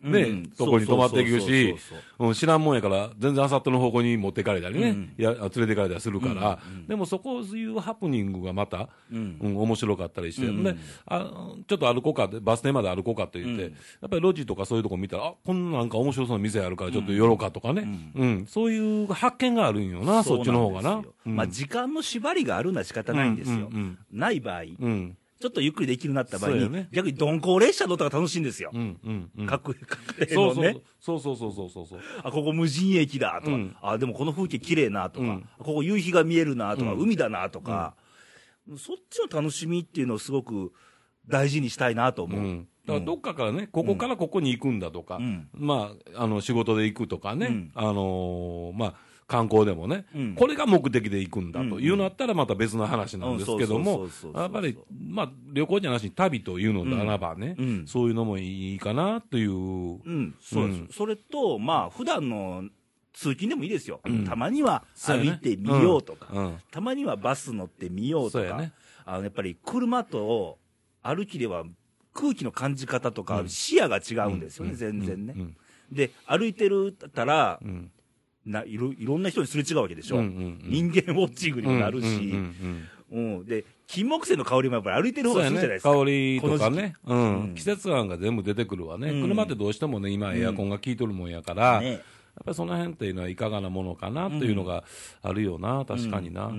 Speaker 2: ね、
Speaker 1: うん
Speaker 2: とこに泊まってい
Speaker 1: そう
Speaker 2: くし
Speaker 1: そうそうそう、
Speaker 2: うん、知らんもんやから、全然あさっての方向に持ってかれたりね、
Speaker 1: うん
Speaker 2: いや連れてかれたりするから、でもそこ、そういうハプニングがまた、
Speaker 1: うん
Speaker 2: うん、面白かったりして、
Speaker 1: うん
Speaker 2: であ、ちょっと歩こうかって、バス停まで歩こうかって言って、
Speaker 1: うん
Speaker 2: やっぱり路地とかそういうとこ見たら、あこんなんか面白そうな店あるから、ちょっと寄ろうかとかね、うんそういう発見があるんよな、そっちの方が
Speaker 1: そう
Speaker 2: なん
Speaker 1: ですよ。
Speaker 2: うん
Speaker 1: まあ、時間の縛りがあるのは仕方ないんですよ。
Speaker 2: うんうん
Speaker 1: ない場合、ち
Speaker 2: うん
Speaker 1: ょっとゆっくりできるようになった場合
Speaker 2: そう
Speaker 1: に、
Speaker 2: よね
Speaker 1: 逆に鈍行列車乗ったら楽しいんですよ。
Speaker 2: うんうんうん
Speaker 1: 各各
Speaker 2: そ
Speaker 1: の
Speaker 2: う
Speaker 1: ね
Speaker 2: そうそうそうそうそうそう。
Speaker 1: あ、ここ無人駅だとか、
Speaker 2: うん
Speaker 1: あ、でもこの風景綺麗なとか、
Speaker 2: うん
Speaker 1: ここ夕日が見えるなとか、
Speaker 2: うん
Speaker 1: 海だなとか、そっちの楽しみっていうのをすごく大事にしたいなと思う。
Speaker 2: うん、だからどっかからね、ここからここに行くんだとか、
Speaker 1: うん
Speaker 2: まあ、あの仕事で行くとかね、
Speaker 1: うん
Speaker 2: あのーまあ、観光でもね、
Speaker 1: うん
Speaker 2: これが目的で行くんだ
Speaker 1: うんう
Speaker 2: と
Speaker 1: ん
Speaker 2: いうのあったら、また別の話なんですけど
Speaker 1: う
Speaker 2: も
Speaker 1: んそうそうそうそうそう、そう
Speaker 2: やっぱり、まあ、旅行じゃなしに旅というのならばね、
Speaker 1: うんうん
Speaker 2: そういうのもいいかなという、
Speaker 1: うん、そうです。
Speaker 2: うん
Speaker 1: それと、まあ、普段の通勤でもいいですよ。
Speaker 2: ん
Speaker 1: たまには
Speaker 2: そうや
Speaker 1: 歩
Speaker 2: ね
Speaker 1: いてみようとか、
Speaker 2: うんうん
Speaker 1: たまにはバス乗ってみようと
Speaker 2: そうや
Speaker 1: か、
Speaker 2: ね
Speaker 1: あの、やっぱり車と歩きでは空気の感じ方とか
Speaker 2: うん
Speaker 1: 視野が違うんですよね、全然ね。
Speaker 2: うん
Speaker 1: で、歩いてるたら、
Speaker 2: うん
Speaker 1: ないろいろんな人にすれ違うわけでしょ、
Speaker 2: うんうんう
Speaker 1: 人
Speaker 2: ん
Speaker 1: 間ウォッチングにもなるし、
Speaker 2: うんうんうん
Speaker 1: うんで金木犀の香りもやっぱり歩いてる方
Speaker 2: そ
Speaker 1: が
Speaker 2: うや
Speaker 1: するじゃない
Speaker 2: ね
Speaker 1: ですか、
Speaker 2: 香りとかね、う
Speaker 1: うんん、
Speaker 2: 季節感が全部出てくるわね、
Speaker 1: うん
Speaker 2: 車ってどうしてもね、今、エアコンが効いとるもんやから、
Speaker 1: ね
Speaker 2: やっぱりその辺っていうのはいかがなものかなというのがあるよな、確かにな。
Speaker 1: う
Speaker 2: うん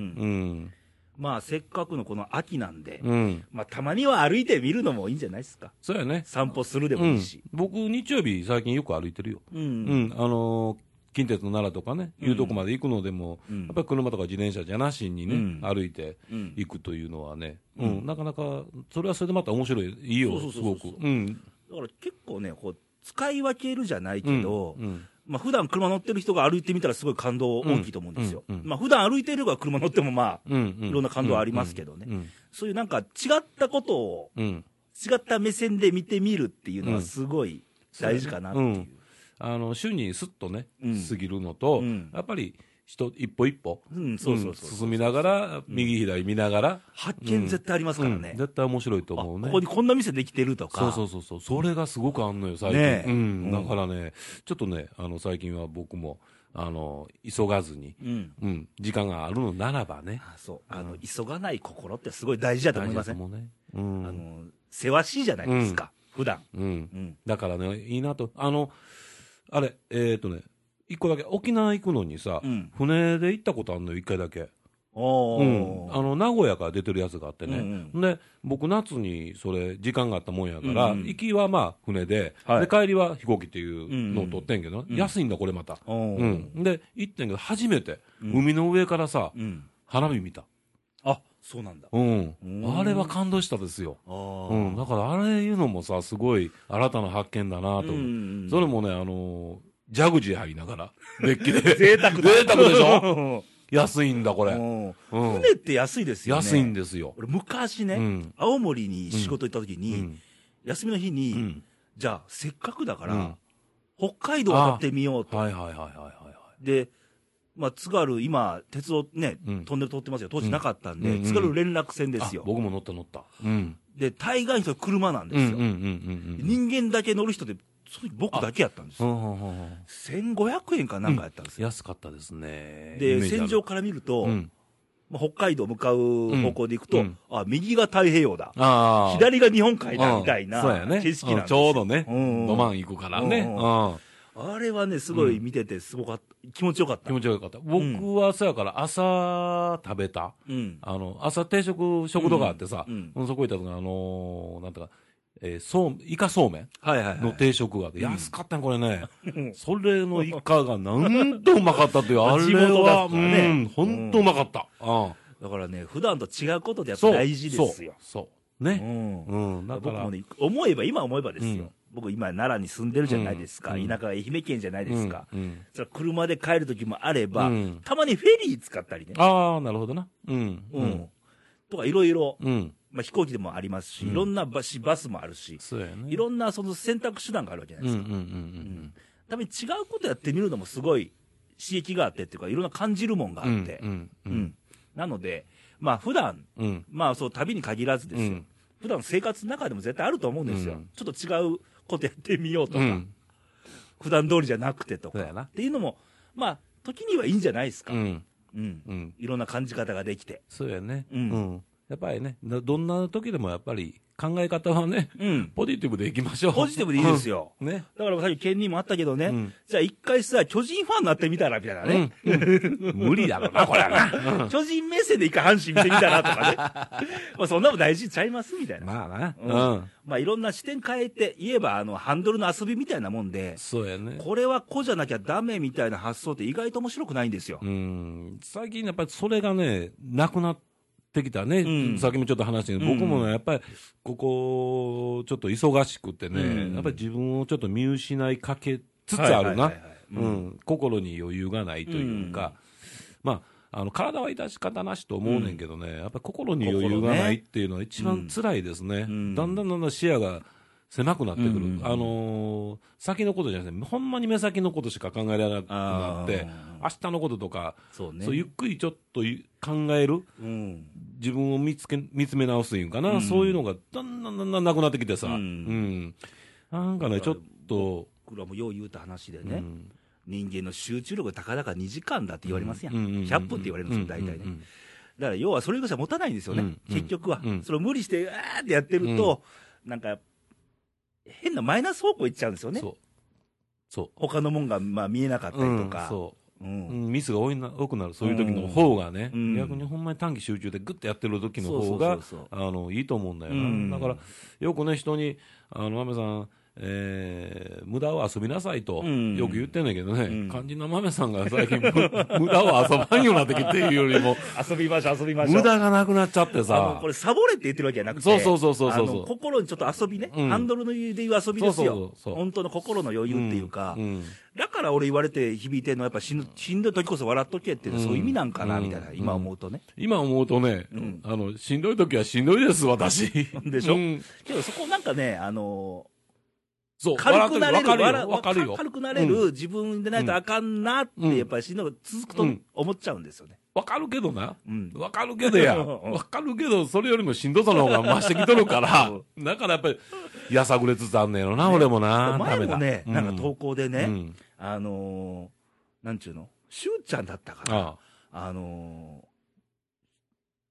Speaker 2: ん。
Speaker 1: まあせっかくのこの秋なんで、
Speaker 2: うん。
Speaker 1: まあ、たまには歩いてみるのもいいんじゃないですか
Speaker 2: そうやね。
Speaker 1: 散歩するで
Speaker 2: う
Speaker 1: もい
Speaker 2: ん
Speaker 1: いし、。
Speaker 2: 僕、日曜日、最近よく歩いてるよ。
Speaker 1: うん
Speaker 2: うん。あのー、近鉄の奈良とかね、いうとこまで行くのでも、
Speaker 1: うん
Speaker 2: やっぱり車とか自転車じゃなしに
Speaker 1: うん
Speaker 2: ね、歩いて
Speaker 1: うん
Speaker 2: 行くというのはね、うん、なかなか、それはそれでまた面白い、いいよ
Speaker 1: そう、
Speaker 2: す
Speaker 1: そうそ
Speaker 2: ご
Speaker 1: う
Speaker 2: く
Speaker 1: そう。
Speaker 2: うん。
Speaker 1: だから結構ねこう使い分けるじゃない
Speaker 2: うん
Speaker 1: けど、
Speaker 2: うん
Speaker 1: まあ普段車乗ってる人が歩いてみたらすごい感動大きいと思うんですよ、
Speaker 2: うんうん
Speaker 1: まあ普段歩いてるが車乗ってもまあ、
Speaker 2: うんう
Speaker 1: いろんな感動はありますけどね、
Speaker 2: うん
Speaker 1: そういうなんか違ったことを
Speaker 2: うん
Speaker 1: 違った目線で見てみるっていうのはすごい大事かなっていう。う
Speaker 2: うんんあの週にすっとね、
Speaker 1: うん
Speaker 2: 過ぎるのと、
Speaker 1: うん
Speaker 2: やっぱり人一歩一歩、
Speaker 1: そうそうそう
Speaker 2: うん進みながら、右左見ながら、
Speaker 1: 発見絶対ありますから
Speaker 2: う
Speaker 1: ね
Speaker 2: ん。絶対面白いと
Speaker 1: あ
Speaker 2: 思
Speaker 1: こ
Speaker 2: うね。
Speaker 1: こにこんな店できてるとか。
Speaker 2: そうそうそうそう、それがすごくあんのよ、最近、
Speaker 1: ねえ
Speaker 2: うん、
Speaker 1: う
Speaker 2: だ
Speaker 1: ん
Speaker 2: からね、ちょっとね、あの最近は僕もあの急がずに、
Speaker 1: うん。
Speaker 2: うん、時間があるのならばね、
Speaker 1: あそう。あの、急がない心ってすごい大事だと思いませ
Speaker 2: 大事だと
Speaker 1: ん
Speaker 2: 思うね、う
Speaker 1: あ
Speaker 2: ん
Speaker 1: の、せわしいじゃないですか。普段。
Speaker 2: うん
Speaker 1: う、ん。
Speaker 2: だからね、いいなと、あの、あれ、えっ、とね、一個だけ、沖縄行くのにさ、
Speaker 1: うん
Speaker 2: 船で行ったことあるのよ、一回だけ、
Speaker 1: お
Speaker 2: うん、あ
Speaker 1: ー。
Speaker 2: の名古屋から出てるやつがあってね、
Speaker 1: うん
Speaker 2: で僕、夏にそれ、時間があったもんやから、
Speaker 1: うんうん
Speaker 2: 行きはまあ船で,、
Speaker 1: はい
Speaker 2: で、帰りは飛行機っていうのを取ってんけどね、安いんだ、これまた、
Speaker 1: おー
Speaker 2: うん、で、行ってんけど、初めて、海の上からさ、
Speaker 1: うん。
Speaker 2: 花火見た、
Speaker 1: あ、そうなんだ。
Speaker 2: うん
Speaker 1: ん
Speaker 2: あれは感動したですよ。
Speaker 1: あー
Speaker 2: うん、だからあれいうのもさ、すごい新たな発見だなと思って、
Speaker 1: うん
Speaker 2: それもね、あのージャグジー入りな がら、デッキで。
Speaker 1: 贅沢だ。
Speaker 2: 贅沢でし
Speaker 1: ょ
Speaker 2: 安いんだ、これ。うん
Speaker 1: 船って安いですよね。
Speaker 2: 安いんですよ。
Speaker 1: 俺昔ね、
Speaker 2: うん
Speaker 1: 青森に仕事行った時に、
Speaker 2: うん
Speaker 1: 休みの日に、
Speaker 2: うん
Speaker 1: じゃあせっかくだから、
Speaker 2: うん
Speaker 1: 北海道渡ってみようと。
Speaker 2: はいはいはいはいはいは
Speaker 1: で、まあ、津軽、今、鉄道ね、
Speaker 2: うん
Speaker 1: トンネル通ってますよ。当時なかったんで、
Speaker 2: うんうん
Speaker 1: 津軽連絡船で
Speaker 2: い。
Speaker 1: すよ
Speaker 2: あ。僕も乗った乗った。うん。
Speaker 1: で、大概の人は車なんで
Speaker 2: うん
Speaker 1: すよ。
Speaker 2: うんうんうん
Speaker 1: 人間だけ乗る人で、その時僕だけやったんです
Speaker 2: うんう
Speaker 1: よ。
Speaker 2: んうんうん。
Speaker 1: 1500円かなんかやったんですよ。
Speaker 2: 安かったですね。イメ
Speaker 1: で、
Speaker 2: ージあ
Speaker 1: 戦
Speaker 2: る
Speaker 1: 場から見ると、
Speaker 2: うん。
Speaker 1: まあ、北海道向かう方向で行くと、
Speaker 2: うん
Speaker 1: あ、右が太平洋だ。
Speaker 2: ああ。
Speaker 1: 左が日本海だ
Speaker 2: うん
Speaker 1: みたいな
Speaker 2: そうやね。
Speaker 1: 景色なん
Speaker 2: うん
Speaker 1: です
Speaker 2: ち
Speaker 1: よ
Speaker 2: ょうどね、
Speaker 1: うん
Speaker 2: ドマン行くからね。
Speaker 1: うんう
Speaker 2: うん。
Speaker 1: あれはね、すごい見てて、すごかった、気持ちよかった。
Speaker 2: 気持ちよかった。僕はそうやから朝食べた。
Speaker 1: うん。
Speaker 2: あの、朝定食、食堂があってさ、
Speaker 1: うん
Speaker 2: そこ行った時にあのーなんとか、えーそう、イカそうめん
Speaker 1: はいはい、
Speaker 2: の定食があって、安かったね、これね。
Speaker 1: ん
Speaker 2: それのイカがなんとうまかっ たという、あ
Speaker 1: 地
Speaker 2: れ
Speaker 1: 元だ
Speaker 2: は、
Speaker 1: ったらね
Speaker 2: うん、ほんとうまかった。うん。
Speaker 1: だからね、普段と違うことでやっぱ
Speaker 2: そう。
Speaker 1: 大事ですよ。
Speaker 2: そう。そう
Speaker 1: う
Speaker 2: ね。
Speaker 1: ん。
Speaker 2: うん、だ
Speaker 1: 僕
Speaker 2: から
Speaker 1: も、ね、思えば、今思えばですよ。
Speaker 2: うん
Speaker 1: 僕今奈良に住んでるじゃないですか。
Speaker 2: うん
Speaker 1: 田舎は愛媛県じゃないで
Speaker 2: う
Speaker 1: す
Speaker 2: ん
Speaker 1: か。
Speaker 2: うん
Speaker 1: それは車で帰る時もあれば、
Speaker 2: うん
Speaker 1: たまにフェリー使ったりね。
Speaker 2: ああ、なるほどな。うん。
Speaker 1: うん。。とかいろいろ、
Speaker 2: うん。
Speaker 1: まあ、飛行機でもありますし、いろんなバスバスもあるし、
Speaker 2: そうやね。
Speaker 1: いろんなその選択手段があるわけじゃない
Speaker 2: うん
Speaker 1: です
Speaker 2: うん
Speaker 1: か。
Speaker 2: うんうん
Speaker 1: たまに違うことやってみるのもすごい刺激があってっていうか、いろんな感じるもんが
Speaker 2: うん。
Speaker 1: あって。
Speaker 2: うんう。
Speaker 1: うんんなので、まあ普段
Speaker 2: うん。
Speaker 1: まあそう、旅に限らずですよ、
Speaker 2: うん
Speaker 1: 普段生活の中でも絶対あると思うんですよ、
Speaker 2: うん
Speaker 1: ちょっと違うことやってみようと
Speaker 2: う
Speaker 1: か、
Speaker 2: ん。
Speaker 1: 普段通りじゃなくてとか。
Speaker 2: そうやな
Speaker 1: っていうのも、まあ、時にはいいんじゃないですか。
Speaker 2: う
Speaker 1: うん。
Speaker 2: ん。うん。
Speaker 1: いろんな感じ方ができて。
Speaker 2: そうやね。
Speaker 1: うん
Speaker 2: やっぱりね、どどんな時でもやっぱり考え方はね、
Speaker 1: うん。
Speaker 2: ポジティブでいきましょう。
Speaker 1: ポジティブでいいですよ。
Speaker 2: うんね。
Speaker 1: だからさっき県にもあったけどね、
Speaker 2: ん
Speaker 1: じゃあ一回さ、巨人ファンになってみたらみたいなね。
Speaker 2: 無理だろうな、これは な。
Speaker 1: 巨人目線で一回阪神見てみたらとか ね。まあそんなもん大事ちゃいますみたいな。
Speaker 2: まあな。
Speaker 1: うん
Speaker 2: うん。
Speaker 1: まあいろんな視点変えて、言えばあの、ハンドルの遊びみたいなもんで、
Speaker 2: そうやね。
Speaker 1: これは子じゃなきゃダメみたいな発想って意外と面白くないんですよ。
Speaker 2: うん。最近やっぱりそれがね、なくなってきたね。
Speaker 1: うん
Speaker 2: さっきもちょっと話したけど、
Speaker 1: うん
Speaker 2: 僕もね、やっぱり、ここ、ちょっと忙しくてね、
Speaker 1: うん
Speaker 2: やっぱり自分をちょっと見失いかけつつある
Speaker 1: はい
Speaker 2: な
Speaker 1: はいはいはい。う
Speaker 2: うんん。心に余裕がないというか、まあ、あの体は致し方なしと思うねんけどね、やっぱり心に余裕がないっていうのは一番辛いですね、
Speaker 1: うん
Speaker 2: だんだんだんだん視野が狭くなってくる、
Speaker 1: うん
Speaker 2: あのー先のことじゃなくて、ほんまに目先のことしか考えられなくなって、明日のこととか、
Speaker 1: そうね。
Speaker 2: そうゆっくりちょっとい考える、
Speaker 1: うん。
Speaker 2: 自分を見つけ見つめ直すというんかな、
Speaker 1: うん
Speaker 2: そういうのがだんだんだんだんなくなってきてさ、
Speaker 1: う
Speaker 2: うんんなんかね、ちょっと、
Speaker 1: 僕らもよう言うた話で
Speaker 2: うん
Speaker 1: ね、人間の集中力が高々2時間だって言われますやん。
Speaker 2: うんうんうんうん
Speaker 1: 100分って言われるんですよ、大体ね。
Speaker 2: うんうんうん
Speaker 1: だから要はそれぐらいしか持たないんですよね、
Speaker 2: うん
Speaker 1: 結局は、
Speaker 2: うん
Speaker 1: それを無理して、あーってやってると、なんか、変なマイナス方向行っちゃうんですよね、
Speaker 2: そうそう
Speaker 1: 他のもんがまあ見えなかったりと
Speaker 2: うん
Speaker 1: か、
Speaker 2: そう
Speaker 1: うん
Speaker 2: うんミスが多いな多くなる、そういう時の方がね、
Speaker 1: うん
Speaker 2: 逆にほんまに短期集中でぐってやってる時の
Speaker 1: そ
Speaker 2: 方
Speaker 1: うそ
Speaker 2: が
Speaker 1: うそうそう
Speaker 2: あのいいと思うんだよな、
Speaker 1: うん
Speaker 2: だからよくね、人に、あの豆さん、えー無駄を遊びなさいと、
Speaker 1: うん
Speaker 2: よく言ってんだけどね、
Speaker 1: うん
Speaker 2: 肝心な豆さんが最近、 む無駄を遊ばんようになってきていうよりも、
Speaker 1: 遊びましょう、遊びましょう。
Speaker 2: 無駄がなくなっちゃって
Speaker 1: あの
Speaker 2: さ
Speaker 1: こ、れ、サボれって言ってるわけじゃなくて、
Speaker 2: そうそうそうそうそうそう
Speaker 1: あの心にちょっと遊びね、
Speaker 2: うん
Speaker 1: ハンドルの余裕でいう遊びですよ、
Speaker 2: そうそうそうそう
Speaker 1: 本当の心の余裕っていうか、
Speaker 2: ん
Speaker 1: だから俺言われて響いてるのは、やっぱ死ぬ死んだ時こそ笑っとけって、そういう意味なんかな、
Speaker 2: うん
Speaker 1: みたいな、今思うとね。
Speaker 2: 今思うとね、
Speaker 1: うん
Speaker 2: あの、しんどい時はしんどいです、私。
Speaker 1: でしょ
Speaker 2: うん
Speaker 1: けどそこなんかね、あのー
Speaker 2: そう
Speaker 1: 軽くなれる、
Speaker 2: わかる
Speaker 1: 笑
Speaker 2: よ、わかるよ
Speaker 1: 軽くなれる、自分でないとあかんなっ
Speaker 2: うん
Speaker 1: て、やっぱり死ぬのが続くと
Speaker 2: うん
Speaker 1: 思っちゃうんですよね。
Speaker 2: わかるけどな、
Speaker 1: うん。
Speaker 2: わかるけどや、
Speaker 1: うん
Speaker 2: わかるけど、それよりもしんどさの方が増してきと るから、だからやっぱり、やさぐれつつあんねやろな、俺もな、ダ
Speaker 1: 前
Speaker 2: メ
Speaker 1: も
Speaker 2: だ。
Speaker 1: ね、
Speaker 2: う
Speaker 1: なんか投稿で
Speaker 2: う
Speaker 1: ね、
Speaker 2: ん
Speaker 1: あのー、なんちゅうのしゅうちゃんだったかな。
Speaker 2: ああ
Speaker 1: あのー、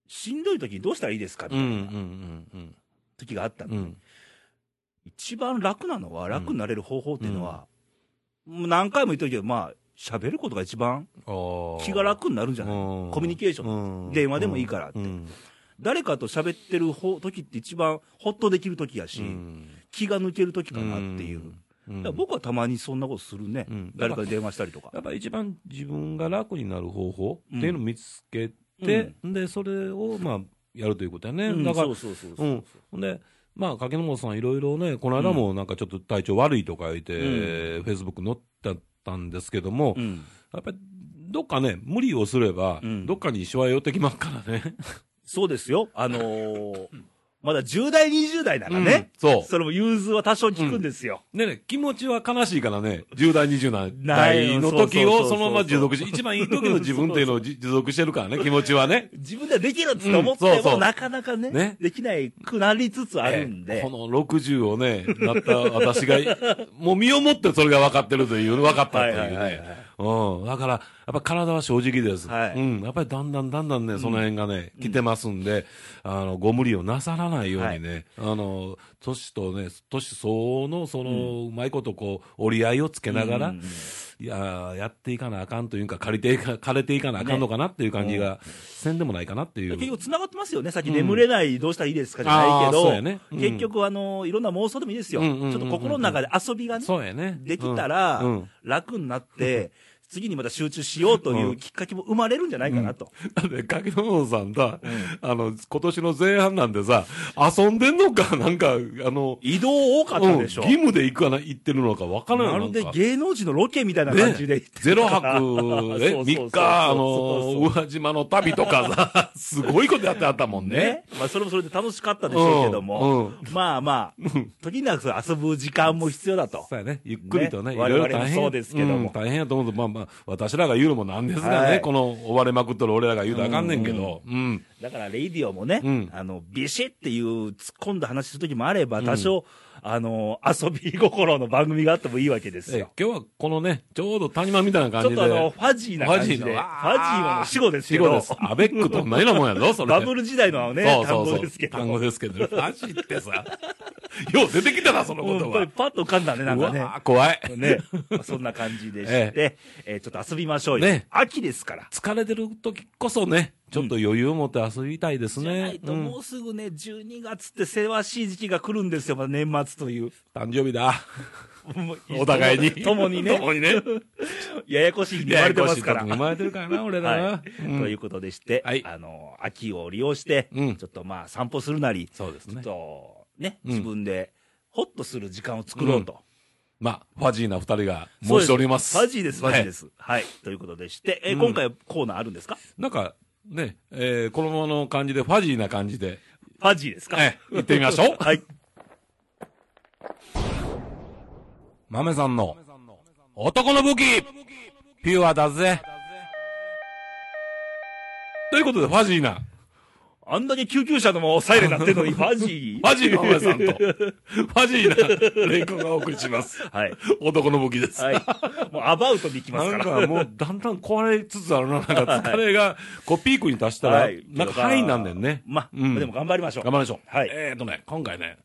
Speaker 1: しんどい時にどうしたらいいですか
Speaker 2: う
Speaker 1: み
Speaker 2: ん
Speaker 1: た
Speaker 2: う
Speaker 1: い
Speaker 2: ん
Speaker 1: な時があった
Speaker 2: うんうんう
Speaker 1: の。
Speaker 2: ん
Speaker 1: 一番楽なのは、楽になれる方法っていうのは、もう何回も言ってるけど、まあ、喋ることが一番
Speaker 2: あー
Speaker 1: 気が楽になるんじゃない
Speaker 2: うん
Speaker 1: コミュニケーション
Speaker 2: うん
Speaker 1: 電話でもいいからって
Speaker 2: うん
Speaker 1: 誰かと喋ってる方時って一番ほっとできる時やし、
Speaker 2: うん
Speaker 1: 気が抜ける時かなっていう、
Speaker 2: うん
Speaker 1: だから僕はたまにそんなことするね、
Speaker 2: うん
Speaker 1: 誰かに電話したりとか
Speaker 2: やっぱり一番自分が楽になる方法っていうのを見つけて、で、それを、まあ、やるということやね。
Speaker 1: うん
Speaker 2: だから、
Speaker 1: そう、そうそうそううん
Speaker 2: ほんで、まあ、柿本さん、いろいろね、この間もなんかちょっと体調悪いとか言って、
Speaker 1: う
Speaker 2: フェイスブック載ってたんですけども、
Speaker 1: うん
Speaker 2: やっぱりどっかね、無理をすれば、
Speaker 1: うん
Speaker 2: どっかにしわ寄ってきますからね。
Speaker 1: そうですよあのーまだ10代20代ならね、
Speaker 2: うんそう
Speaker 1: それも融通は多少効くんですよ、
Speaker 2: ねね、気持ちは悲しいからね、10代、20
Speaker 1: ないよ
Speaker 2: 代の時
Speaker 1: そうそうそうそう
Speaker 2: をそのまま持続し、一番いい時の自分っていうの をじ持続してるからね、気持ちはね。
Speaker 1: 自分ではできるっつって思っても、
Speaker 2: うんそうそう
Speaker 1: なかなかね
Speaker 2: ね
Speaker 1: できないくなりつつあるんで、
Speaker 2: ええこの60をね、なった私が、もう身をもってそれが分かってるという、分かったというね。
Speaker 1: はいはいはいはい
Speaker 2: うん。だから、やっぱ体は正直です。
Speaker 1: はい
Speaker 2: うん。やっぱりだんだんだんだんね、その辺がね、来てますんで、あの、ご無理をなさらないようにね、あの、年とね、年相応の、その、うまいことこう、折り合いをつけながら、
Speaker 1: うん
Speaker 2: いや、やっていかなあかんというか、借りていか、枯れていかなあかんのかなっていう感じが、せんでもないかなっていう。
Speaker 1: 結局繋がってますよね。さっき眠れない、どうしたらいいですかじゃ
Speaker 2: あ
Speaker 1: ない
Speaker 2: ー
Speaker 1: けど、
Speaker 2: そうやねうん
Speaker 1: 結局、あの、いろんな妄想でもいいですよ。
Speaker 2: うんうんうんうん
Speaker 1: ちょっと心の中で遊びがね、
Speaker 2: そうやね。
Speaker 1: できたら
Speaker 2: うんうん、
Speaker 1: 楽になって、次にまた集中しようといううきっかけも生まれるんじゃないかなと。
Speaker 2: だって、柿本さんだ、あの、今年の前半なんでさ、遊んでんのか、 なんか、あの、
Speaker 1: 移動多かったでしょ
Speaker 2: うん義。務で行くかな、行ってるのか分から
Speaker 1: ま
Speaker 2: な
Speaker 1: る
Speaker 2: いな
Speaker 1: で
Speaker 2: んか
Speaker 1: 芸能人のロケみたいな感じで行って
Speaker 2: ゼロ泊、え、
Speaker 1: そうそうそうそう
Speaker 2: 3日、あの、宇和島の旅と かさ、すごいことやってあったもんね。
Speaker 1: ね。まあ、それもそれで楽しかったでしょうけども。まあまあ、時になく遊ぶ時間も必要だと。
Speaker 2: そうやね。ゆっくりとね、
Speaker 1: ね
Speaker 2: いろいろ
Speaker 1: 我々
Speaker 2: 大
Speaker 1: も
Speaker 2: 変。
Speaker 1: そうですけども
Speaker 2: うん大変やと思うと、まあ、まあ、私らが言うのもなんですがね、
Speaker 1: はい
Speaker 2: この追われまくっとる俺らが言うとあかんねんけど、うん。
Speaker 1: だから、レイディオもね、
Speaker 2: うん
Speaker 1: あの、ビシッっていう突っ込んだ話するときもあれば、多少、あの、遊び心の番組があってもいいわけです
Speaker 2: え今
Speaker 1: よ。
Speaker 2: 日はこのね、ちょうど谷間みたいな
Speaker 1: ち
Speaker 2: 感
Speaker 1: ょっ
Speaker 2: じで。
Speaker 1: とあの、ファジーな感じで。
Speaker 2: フ
Speaker 1: ファ
Speaker 2: ァ
Speaker 1: ジー
Speaker 2: ジーな
Speaker 1: は死後ですけ
Speaker 2: 死後で
Speaker 1: ど、
Speaker 2: す。アベックと同じようなもんや ぞ、それ。
Speaker 1: バブル時代のね、
Speaker 2: そうそ
Speaker 1: 単
Speaker 2: うそう
Speaker 1: 語ですけど。
Speaker 2: 単語ですけど。マジってさ。よう出てきたな、その
Speaker 1: うん
Speaker 2: 言
Speaker 1: やっ
Speaker 2: 葉。
Speaker 1: ぱりパッと浮かんだね、なんか
Speaker 2: う
Speaker 1: ね。
Speaker 2: わー怖い。
Speaker 1: ね、まあそんな感じでして、
Speaker 2: え
Speaker 1: えーちょっと遊びましょうよ。
Speaker 2: ね
Speaker 1: 秋ですから。
Speaker 2: 疲れてる時こそね、ちょっと余裕を持って遊びたいです
Speaker 1: じゃな
Speaker 2: ね
Speaker 1: い。と、もうすぐね、12月ってせわしい時期が来るんですよ、まあ、年末という。
Speaker 2: うん誕生日だ。
Speaker 1: もう
Speaker 2: お互い に。
Speaker 1: 共にね、
Speaker 2: 共にね。
Speaker 1: や やこしい日に言われてますから。
Speaker 2: 生まれてるからな、俺らな。
Speaker 1: はい、
Speaker 2: うん
Speaker 1: ということでして、
Speaker 2: はい
Speaker 1: あの、秋を利用して、
Speaker 2: うん
Speaker 1: ちょっとまあ散歩するなり、
Speaker 2: そうですね
Speaker 1: ちょっとね、
Speaker 2: うん
Speaker 1: 自分でホッとする時間を作ろうと。
Speaker 2: まあ、ファジーな二人が申しております。。
Speaker 1: そうですファジーです、ファジーですす。はい。ということでして、え
Speaker 2: うん
Speaker 1: 今回コーナーあるんですか
Speaker 2: なんか、ね、えーこのままの感じで、ファジーな感じで、
Speaker 1: ファジーですか
Speaker 2: ええ行ってみましょう
Speaker 1: はい。
Speaker 2: 豆さんの、男の武器ピュアだぜということで、ファジーな、
Speaker 1: あんだけ救急車のもサイレンなってるのに、ファジ
Speaker 2: ファジー豆さん と、ファジーな、レイコがお送りします。
Speaker 1: ー。はい。
Speaker 2: 男の武器です。
Speaker 1: はい。もうアバウトでいきます
Speaker 2: な
Speaker 1: から。
Speaker 2: んかもうだんだん壊れつつあるな、なんか疲れが、こうピークに達したら
Speaker 1: はい、
Speaker 2: なんか範囲になんだよね。
Speaker 1: まあ、
Speaker 2: うん
Speaker 1: でも頑張りましょう。
Speaker 2: 頑張りましょう。
Speaker 1: はい
Speaker 2: えっ、とね、今回ね、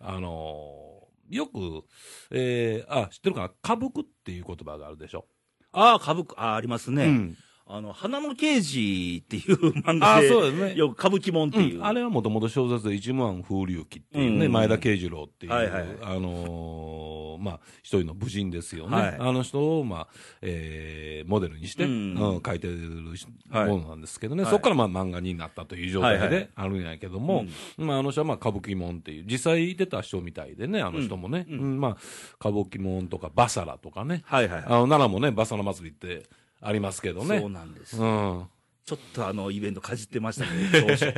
Speaker 2: あのーよく、えー、あ、知ってるかな歌舞伎っていう言葉があるでしょ。
Speaker 1: ああ、歌舞伎、ああ、ありますね。
Speaker 2: うん
Speaker 1: あの、花の刑事っていう漫
Speaker 2: あ
Speaker 1: 画で、
Speaker 2: そうですね
Speaker 1: よく歌舞伎もんっていう。
Speaker 2: あれはもともと小説で一万風流記っていうね、
Speaker 1: うん
Speaker 2: 前田慶次郎っていう、
Speaker 1: はいはい
Speaker 2: あのーまあ、一人の武人ですよね。
Speaker 1: はい
Speaker 2: あの人を、まあ、えーモデルにして、
Speaker 1: うん
Speaker 2: うん書いてるし
Speaker 1: はい
Speaker 2: ものなんですけどね、
Speaker 1: はい
Speaker 2: そこからまあ漫画になったという状態
Speaker 1: はいは
Speaker 2: で
Speaker 1: い
Speaker 2: あるんやけども、まあ、あの人はまあ歌舞伎もんっていう、実際出た人みたいでね、あの人もね、うんまあ、歌舞伎もんとかバサラとかね、
Speaker 1: はいはい
Speaker 2: あの奈良もね、バサラ祭りってありますけどね。
Speaker 1: そうなんです。
Speaker 2: うん
Speaker 1: ちょっとあの、イベントかじってましたけど、 当初。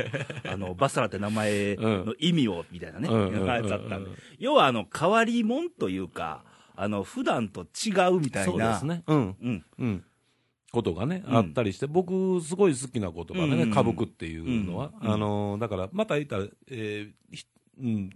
Speaker 1: あの、バサラって名前の意味を、みたいなね、
Speaker 2: うんうん
Speaker 1: やつあった
Speaker 2: うん
Speaker 1: ん
Speaker 2: う
Speaker 1: で。要はあの、変わりもんというか、あの、普段と違うみたいな。
Speaker 2: そうです。ね。うん。
Speaker 1: うん。
Speaker 2: うん、ことがね、
Speaker 1: うん
Speaker 2: あったりして、僕、すごい好きな言葉でね、
Speaker 1: うんうん
Speaker 2: 歌舞伎っていうのは、
Speaker 1: うんうん
Speaker 2: あのーだから、また言ったら、えーひうん、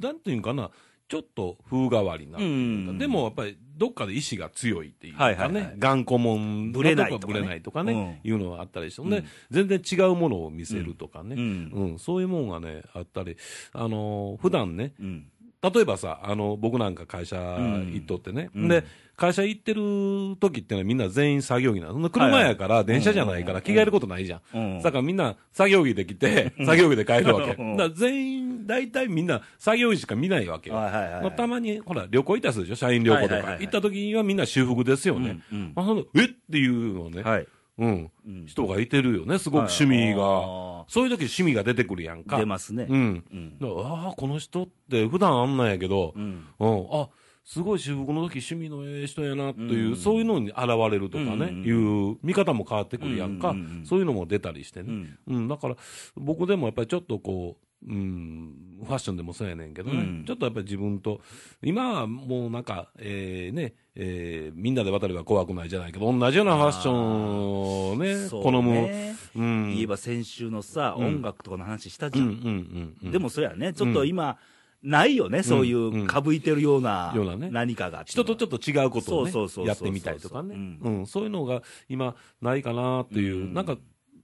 Speaker 2: なんていうんかな、ちょっと風変わりな、
Speaker 1: うんうん
Speaker 2: でもやっぱり、どっかで意志が強いっていうかね、
Speaker 1: はいはいはい
Speaker 2: 頑固もん
Speaker 1: ぶれないとかね
Speaker 2: ぶれないとかね、いうのがあったりして、ほん
Speaker 1: う
Speaker 2: で
Speaker 1: ん
Speaker 2: 全然違うものを見せるとかね、
Speaker 1: う
Speaker 2: うん
Speaker 1: ん。
Speaker 2: そういうもんがね、あったり、あのー普段ね、
Speaker 1: うん。
Speaker 2: 例えばさ、あの、僕なんか会社行っとってね。
Speaker 1: うんう
Speaker 2: で
Speaker 1: ん、
Speaker 2: 会社行ってる時ってのはみんな全員作業着なの。そんな
Speaker 1: は
Speaker 2: 車
Speaker 1: いはい
Speaker 2: やから、電車じゃないから着替えることないじゃ。
Speaker 1: うんん
Speaker 2: だからみんな作業着で来て、作業着で帰るわけ。だ
Speaker 1: うん
Speaker 2: から全員、大体みんな作業着しか見ないわけよ。
Speaker 1: はいはいはい
Speaker 2: まあたまに、ほら、旅行行ったりするでしょ社員旅行と
Speaker 1: はいはい
Speaker 2: か
Speaker 1: は。い
Speaker 2: 行った時にはみんな修復ですよね。
Speaker 1: うんうん
Speaker 2: まあそのえっていうのをね、
Speaker 1: はい。
Speaker 2: うん
Speaker 1: うん。
Speaker 2: 人がいてるよね、すごく趣味
Speaker 1: はい
Speaker 2: が
Speaker 1: あ。ー
Speaker 2: そういう時趣味が出てくるやんか。
Speaker 1: 出ますね。
Speaker 2: うん。
Speaker 1: うん
Speaker 2: だからああ、この人って普段あんなんやけど、うん、あすごい私服の時趣味のええ人やなっていう、
Speaker 1: うん
Speaker 2: そういうのに現れるとかね、
Speaker 1: うん
Speaker 2: いう見方も変わってくるやんか、
Speaker 1: うんうんうん
Speaker 2: そういうのも出たりして
Speaker 1: う
Speaker 2: ね、
Speaker 1: ん。
Speaker 2: うんだから僕でもやっぱりちょっとこう、うん、ファッションでもそうやねんけどね、
Speaker 1: うん
Speaker 2: ちょっとやっぱり自分と、今はもうなんか、えーねえーみんなで渡れば怖くないじゃないけど、同じようなファッションをね、
Speaker 1: そう
Speaker 2: 好む。
Speaker 1: ね
Speaker 2: うん
Speaker 1: 言えば先週のさ、
Speaker 2: うん
Speaker 1: 音楽とかの話した
Speaker 2: う
Speaker 1: じ
Speaker 2: ん
Speaker 1: ゃ
Speaker 2: う
Speaker 1: ん。
Speaker 2: んうんうん、
Speaker 1: でもそれはね、ちょっと今、ないよね、そうい
Speaker 2: うん
Speaker 1: う、かぶいてるような
Speaker 2: ようなね、
Speaker 1: 何かが。
Speaker 2: 人とちょっと違うことを、ね、
Speaker 1: そうそうそうそう
Speaker 2: やってみたりとかね、う
Speaker 1: うん
Speaker 2: そういうのが今、ないかなっていう、
Speaker 1: うん
Speaker 2: なんか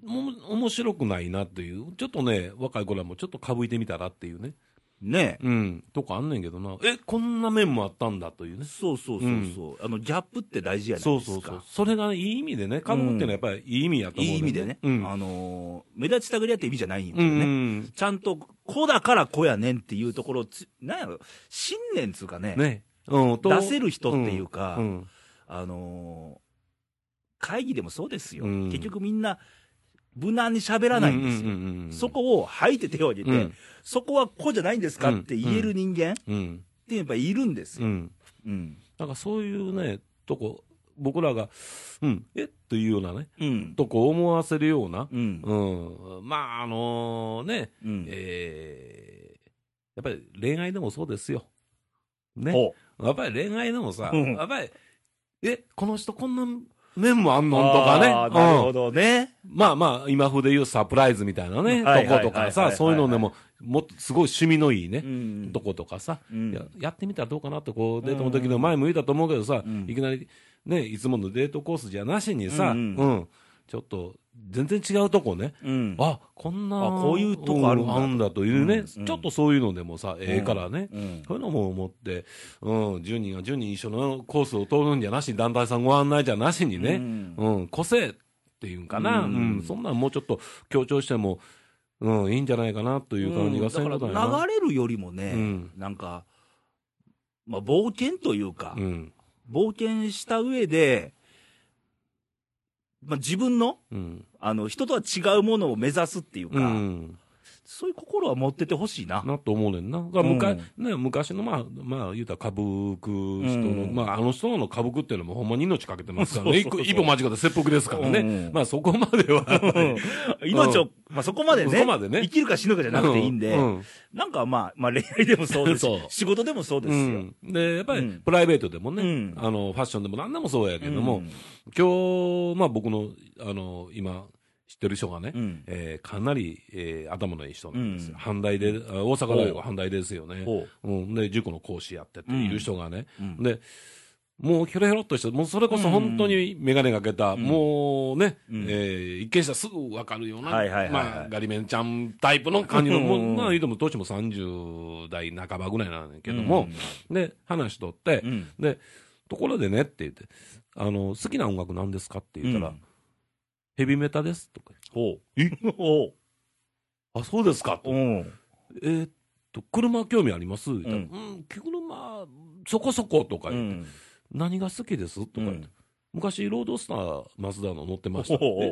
Speaker 2: も、面白くないなっていう、ちょっとね、若い子らもちょっとかぶいてみたらっていうね、
Speaker 1: ね。
Speaker 2: うん、とかあんねんけどな、えこんな面もあったんだというね。
Speaker 1: そうそうそうそう、あのギャップって大事やないで
Speaker 2: そう
Speaker 1: すか。
Speaker 2: そうそう。それが、ね、いい意味でね、かぶっていうのはやっぱりいい意味やと思う、
Speaker 1: いい意味でね、
Speaker 2: うん。
Speaker 1: あのー目立ちたぐりやって意味じゃないんです
Speaker 2: う
Speaker 1: よ
Speaker 2: ん
Speaker 1: ね。
Speaker 2: うん
Speaker 1: ちゃんと、子だから子やねんっていうところをつ、なんやろ、信念つうかね、
Speaker 2: ね。うん、と
Speaker 1: 出せる人っていうか、
Speaker 2: うん
Speaker 1: あのー会議でもそうですよ。
Speaker 2: うん
Speaker 1: 結局みんな、無難に喋らないんですよ。
Speaker 2: ううんうん
Speaker 1: そ、こを吐いて手を挙げて、
Speaker 2: うん
Speaker 1: そこはこうじゃないんですかって言える人間っ
Speaker 2: うん、
Speaker 1: てやっぱいるんです
Speaker 2: う
Speaker 1: よ。
Speaker 2: ん。
Speaker 1: うん。
Speaker 2: なんかそういうね、とこ、僕らが、うん、えっていうようなね、
Speaker 1: うん。
Speaker 2: とこ思わせるような、
Speaker 1: うん。
Speaker 2: うん、まあ、あのね、
Speaker 1: うん
Speaker 2: えーやっぱり恋愛でもそうですよ。ね。
Speaker 1: ほ
Speaker 2: やっぱり恋愛でもさ、
Speaker 1: うん
Speaker 2: やっぱり、え、この人こんな面もあんのとかね。
Speaker 1: あーなる
Speaker 2: う
Speaker 1: ほ
Speaker 2: ん
Speaker 1: どね。
Speaker 2: まあまあ、今風で言うサプライズみたいな
Speaker 1: はい
Speaker 2: ね、
Speaker 1: はいはいはい
Speaker 2: とことかさ、そういうのでも、もっとすごい趣味のいいね、
Speaker 1: ん
Speaker 2: とことかさ、
Speaker 1: ん
Speaker 2: や、やってみたらどうかなって、こう、デートの時の前も言ったと思うけどさ、いきなり、ね、いつものデートコースじゃなしにさ、
Speaker 1: う
Speaker 2: うんん、ちょっと、全然違うとこね、
Speaker 1: うん。
Speaker 2: あ、こんな、
Speaker 1: あこういうとこあるんだ
Speaker 2: うというね、
Speaker 1: うん
Speaker 2: ちょっとそういうのでもさ、ええからね、
Speaker 1: うん
Speaker 2: そういうのも思って、うん、10人が10人一緒のコースを通るんじゃなし、団体さんご案内じゃなしにね、
Speaker 1: うん
Speaker 2: うん、個性っていうんかな、
Speaker 1: う
Speaker 2: うんん、そんなんもうちょっと強調しても、うん、いいんじゃないかなという感じがする
Speaker 1: うん
Speaker 2: こ
Speaker 1: だ
Speaker 2: と
Speaker 1: か
Speaker 2: や
Speaker 1: ら
Speaker 2: な。
Speaker 1: 流れるよりもね、
Speaker 2: うん
Speaker 1: なんか、まあ、冒険というか、
Speaker 2: うん、
Speaker 1: 冒険した上で、まあ、自分の、
Speaker 2: うん、
Speaker 1: あの、人とは違うものを目指すっていうか、
Speaker 2: うん、
Speaker 1: そういう心は持っててほしいな。
Speaker 2: なと思うねんな。だからむか
Speaker 1: うん
Speaker 2: ね、昔の、まあ、まあ、言うたら歌舞伎人の、
Speaker 1: うん
Speaker 2: まあ、あの人の歌舞伎っていうのもほんまに命かけてますからね。
Speaker 1: そうそうそう
Speaker 2: 一歩一歩間違って切腹ですからね。
Speaker 1: うん
Speaker 2: まあ、そこまでは。
Speaker 1: うん命を、まあ、そこまでね
Speaker 2: そこまでね
Speaker 1: 生きるか死ぬかじゃなくていいんで、
Speaker 2: うん
Speaker 1: なんかまあ、まあ恋愛でもそうですし
Speaker 2: そう
Speaker 1: 仕事でもそうですよ。
Speaker 2: うんで、やっぱり、
Speaker 1: うん
Speaker 2: プライベートでもね、
Speaker 1: うん
Speaker 2: あの、ファッションでも何でもそうやけども、
Speaker 1: うん
Speaker 2: 今日、まあ僕の、あの、今、知ってる人がね、
Speaker 1: うん
Speaker 2: えーかなり、えー頭のいい人なんですよ。
Speaker 1: うん
Speaker 2: 阪大で、あ大阪大学阪大ですよね。
Speaker 1: ほ
Speaker 2: うん。で、塾の講師やってっていう人がね、
Speaker 1: うん
Speaker 2: で、もうひょろひょろっとした、もうそれこそ本当に眼鏡かけた、もうね、
Speaker 1: うん
Speaker 2: えー一見したらすぐわかるような、
Speaker 1: はいはいはいはい
Speaker 2: まあ、ガリメンちゃんタイプの感じの、もう
Speaker 1: うんうん
Speaker 2: まあ言うても、どうしても30代半ばぐらいなんだけども、で、話しとって、
Speaker 1: うん
Speaker 2: で、ところでねって言って、あの、好きな音楽なんですかって言ったら、
Speaker 1: うん
Speaker 2: ヘビメタですとか。
Speaker 1: ほう。えほ
Speaker 2: あ、そうですか
Speaker 1: う。うん。
Speaker 2: えーっと、車興味あります言ったら、
Speaker 1: う
Speaker 2: うんん、車、そこそことか
Speaker 1: う
Speaker 2: 言って、
Speaker 1: ん。
Speaker 2: 何が好きですとか言って、
Speaker 1: うん
Speaker 2: 昔、ロードスター、マツダの乗って
Speaker 1: お
Speaker 2: ま
Speaker 1: う
Speaker 2: した。
Speaker 1: おうおう
Speaker 2: え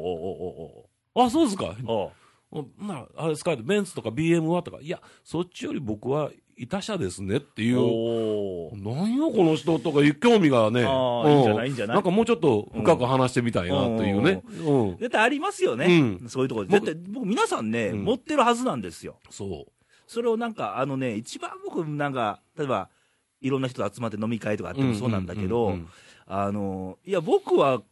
Speaker 1: おう
Speaker 2: あ、そうですか
Speaker 1: おう。おう
Speaker 2: おなあれですかベンツとか BM はとか、いや、そっちより僕は、いた車ですねっていう。
Speaker 1: おう
Speaker 2: なんやこの人とかいう興味がね、
Speaker 1: あー
Speaker 2: うん
Speaker 1: いいんじゃないいいんじゃない
Speaker 2: んかもうちょっと深く話してみたいなというね。うん。
Speaker 1: 絶対ありますよね、
Speaker 2: うん
Speaker 1: そういうところで、絶
Speaker 2: 僕
Speaker 1: 対僕、皆さんね、
Speaker 2: うん
Speaker 1: 持ってるはずなんですよ、
Speaker 2: そ
Speaker 1: それをなんか、あのね、一番僕、なんか、例えば、いろんな人と集まって飲み会とかあってもそうなんだけ
Speaker 2: うんうん
Speaker 1: ど
Speaker 2: うんうん、
Speaker 1: あのいや、僕は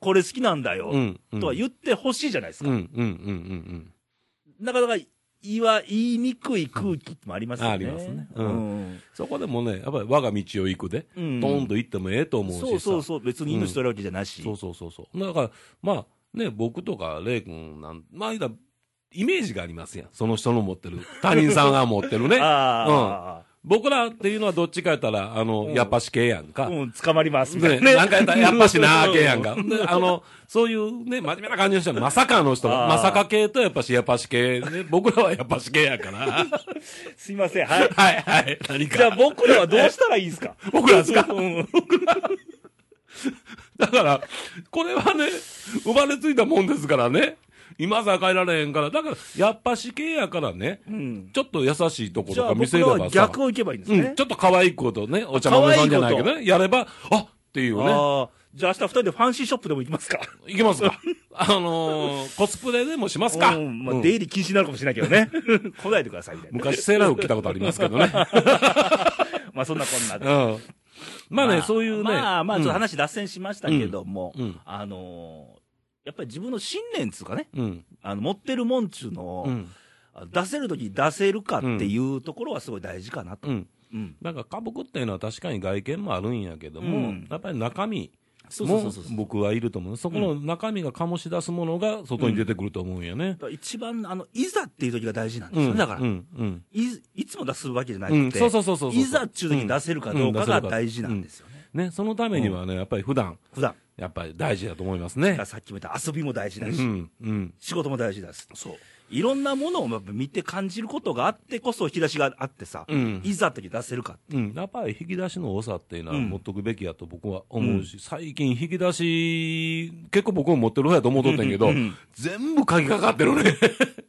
Speaker 1: これ好きなんだよ、
Speaker 2: うんうん
Speaker 1: とは言ってほしいじゃないです
Speaker 2: う。うん
Speaker 1: か、
Speaker 2: うんうんうん
Speaker 1: なかなか言わ言いにくい空気もありますよね、
Speaker 2: ありますねう
Speaker 1: うん
Speaker 2: そこでもね、やっぱり我が道を行くで、
Speaker 1: う
Speaker 2: ど
Speaker 1: ん
Speaker 2: ん、トンと行ってもええと思うしさ。
Speaker 1: そうそうそう、別に命取るわけじゃなし、
Speaker 2: そうそうそうそう。だから、まあ、ね、僕とか、レイ君なん、まあ、言うたらイメージがありますやん。その人の持ってる。他人さんが持ってるね。う ん。
Speaker 1: あ
Speaker 2: 僕らっていうのはどっちかやったら、あの、
Speaker 1: うん
Speaker 2: やっぱし系やん
Speaker 1: あ、
Speaker 2: か。
Speaker 1: うん、捕まりますみたい
Speaker 2: ね、
Speaker 1: なね
Speaker 2: なんかやったらやっぱしなー系やんか。で、あの、そういうね、真面目な感じの人は、まさかの人
Speaker 1: あー
Speaker 2: が、まさか系とやっぱしやっぱし系、ね、僕らはやっぱし系やから。 はい
Speaker 1: すいません、はい。
Speaker 2: はい、何か。
Speaker 1: じゃあ僕らはどうしたらいいですか
Speaker 2: 僕らですか
Speaker 1: うん
Speaker 2: だから、これはね、生まれついたもんですからね。今さ変えられへんから。だから、やっぱし系やからね、
Speaker 1: ん
Speaker 2: ちょっと優しいとこ
Speaker 1: じ
Speaker 2: と
Speaker 1: ゃあ
Speaker 2: か見
Speaker 1: 僕
Speaker 2: せれ
Speaker 1: ら
Speaker 2: ばさ
Speaker 1: は。逆をいけばいいんですね。
Speaker 2: うん、ちょっと可愛いことね、お茶豆さんじゃないけどね、やれば、あっていうね。
Speaker 1: ああ、じゃあ明日二人でファンシーショップでも行きますか。
Speaker 2: いけますか あのーコスプレでもしますか、
Speaker 1: うん、まあ、
Speaker 2: うん
Speaker 1: 出入り禁止になるかもしれないけど ね。来ないでくださいみたいな。
Speaker 2: 昔セーラー服着たことありますけどね。
Speaker 1: まあそんなこんなで。
Speaker 2: うん。まあね、そういうね。
Speaker 1: まあまあ、ち
Speaker 2: う
Speaker 1: ょ
Speaker 2: ん
Speaker 1: っと話脱線しましたけども、
Speaker 2: うんうん
Speaker 1: あのーやっぱり自分の信念っつうかね、
Speaker 2: うん。
Speaker 1: あの、持ってるもんっちゅうのを、
Speaker 2: うん。
Speaker 1: 出せるとき出せるかっていうところはすごい大事かなと。
Speaker 2: うん。
Speaker 1: うん。
Speaker 2: なんか歌舞伎っていうのは確かに外見もあるんやけども、
Speaker 1: うん
Speaker 2: やっぱり中身
Speaker 1: そうそうそ
Speaker 2: も
Speaker 1: うそう
Speaker 2: 僕はいると思う。そこの中身が醸し出すものが外に出てくると思うんやね。
Speaker 1: だから一番、あの、いざっていうときが大事なんです
Speaker 2: う
Speaker 1: よ
Speaker 2: ん。
Speaker 1: ね、だから。
Speaker 2: うん。うん。
Speaker 1: いいつも出すわけじゃなく
Speaker 2: うん
Speaker 1: て、
Speaker 2: そうそうそうそうそう
Speaker 1: いざっちゅう時に出せるかどうかが大事なんですよね。
Speaker 2: ね、そのためにはね、やっぱり普段、
Speaker 1: 普段、
Speaker 2: やっぱり大事だと思います
Speaker 1: だか
Speaker 2: ね
Speaker 1: ら。さっきも言った遊びも大事だ
Speaker 2: う
Speaker 1: し、
Speaker 2: ん。うん。
Speaker 1: 仕事も大事だし、
Speaker 2: そう。
Speaker 1: いろんなものをやっぱ見て感じることがあってこそ引き出しがあってさ、
Speaker 2: うん
Speaker 1: いざって時に出せるか。
Speaker 2: うん、やっぱり引き出しの多さっていうのは
Speaker 1: うん
Speaker 2: 持っとくべきやと僕は思うし、最近引き出し、結構僕も持ってる方やと思うとったんやけど、
Speaker 1: うんうんうん
Speaker 2: 全部鍵かかってるね。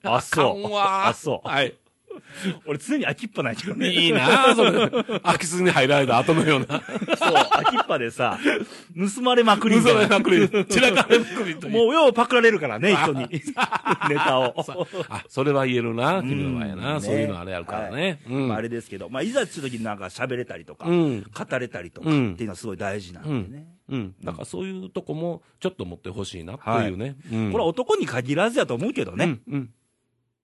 Speaker 1: あ、
Speaker 2: あかんわー
Speaker 1: あ、そう。
Speaker 2: はい。
Speaker 1: 俺常に飽きっぱないけどね。
Speaker 2: いいなあそれ。空き巣に入られた後のような。
Speaker 1: そう、飽きっぱでさ、盗まれまくりみた
Speaker 2: 嘘
Speaker 1: い
Speaker 2: れ
Speaker 1: な。
Speaker 2: まくり、散らかれまくりという。
Speaker 1: もうようパクられるからね、人に。ネタを。
Speaker 2: あ、 それは言えるな、
Speaker 1: うん
Speaker 2: 君の場合やな。
Speaker 1: ね
Speaker 2: そういうのあれやるからね。
Speaker 1: はいまああれですけど、まあ、いざっていう時になんか喋れたりとか、
Speaker 2: うん
Speaker 1: 語れたりとかっ
Speaker 2: う
Speaker 1: て
Speaker 2: ん
Speaker 1: いうのはすごい大事なんでね。
Speaker 2: うん。だからそういうとこも、ちょっと持ってほしいな、というね。うん
Speaker 1: これは男に限らずやと思うけどね。
Speaker 2: うん、うん。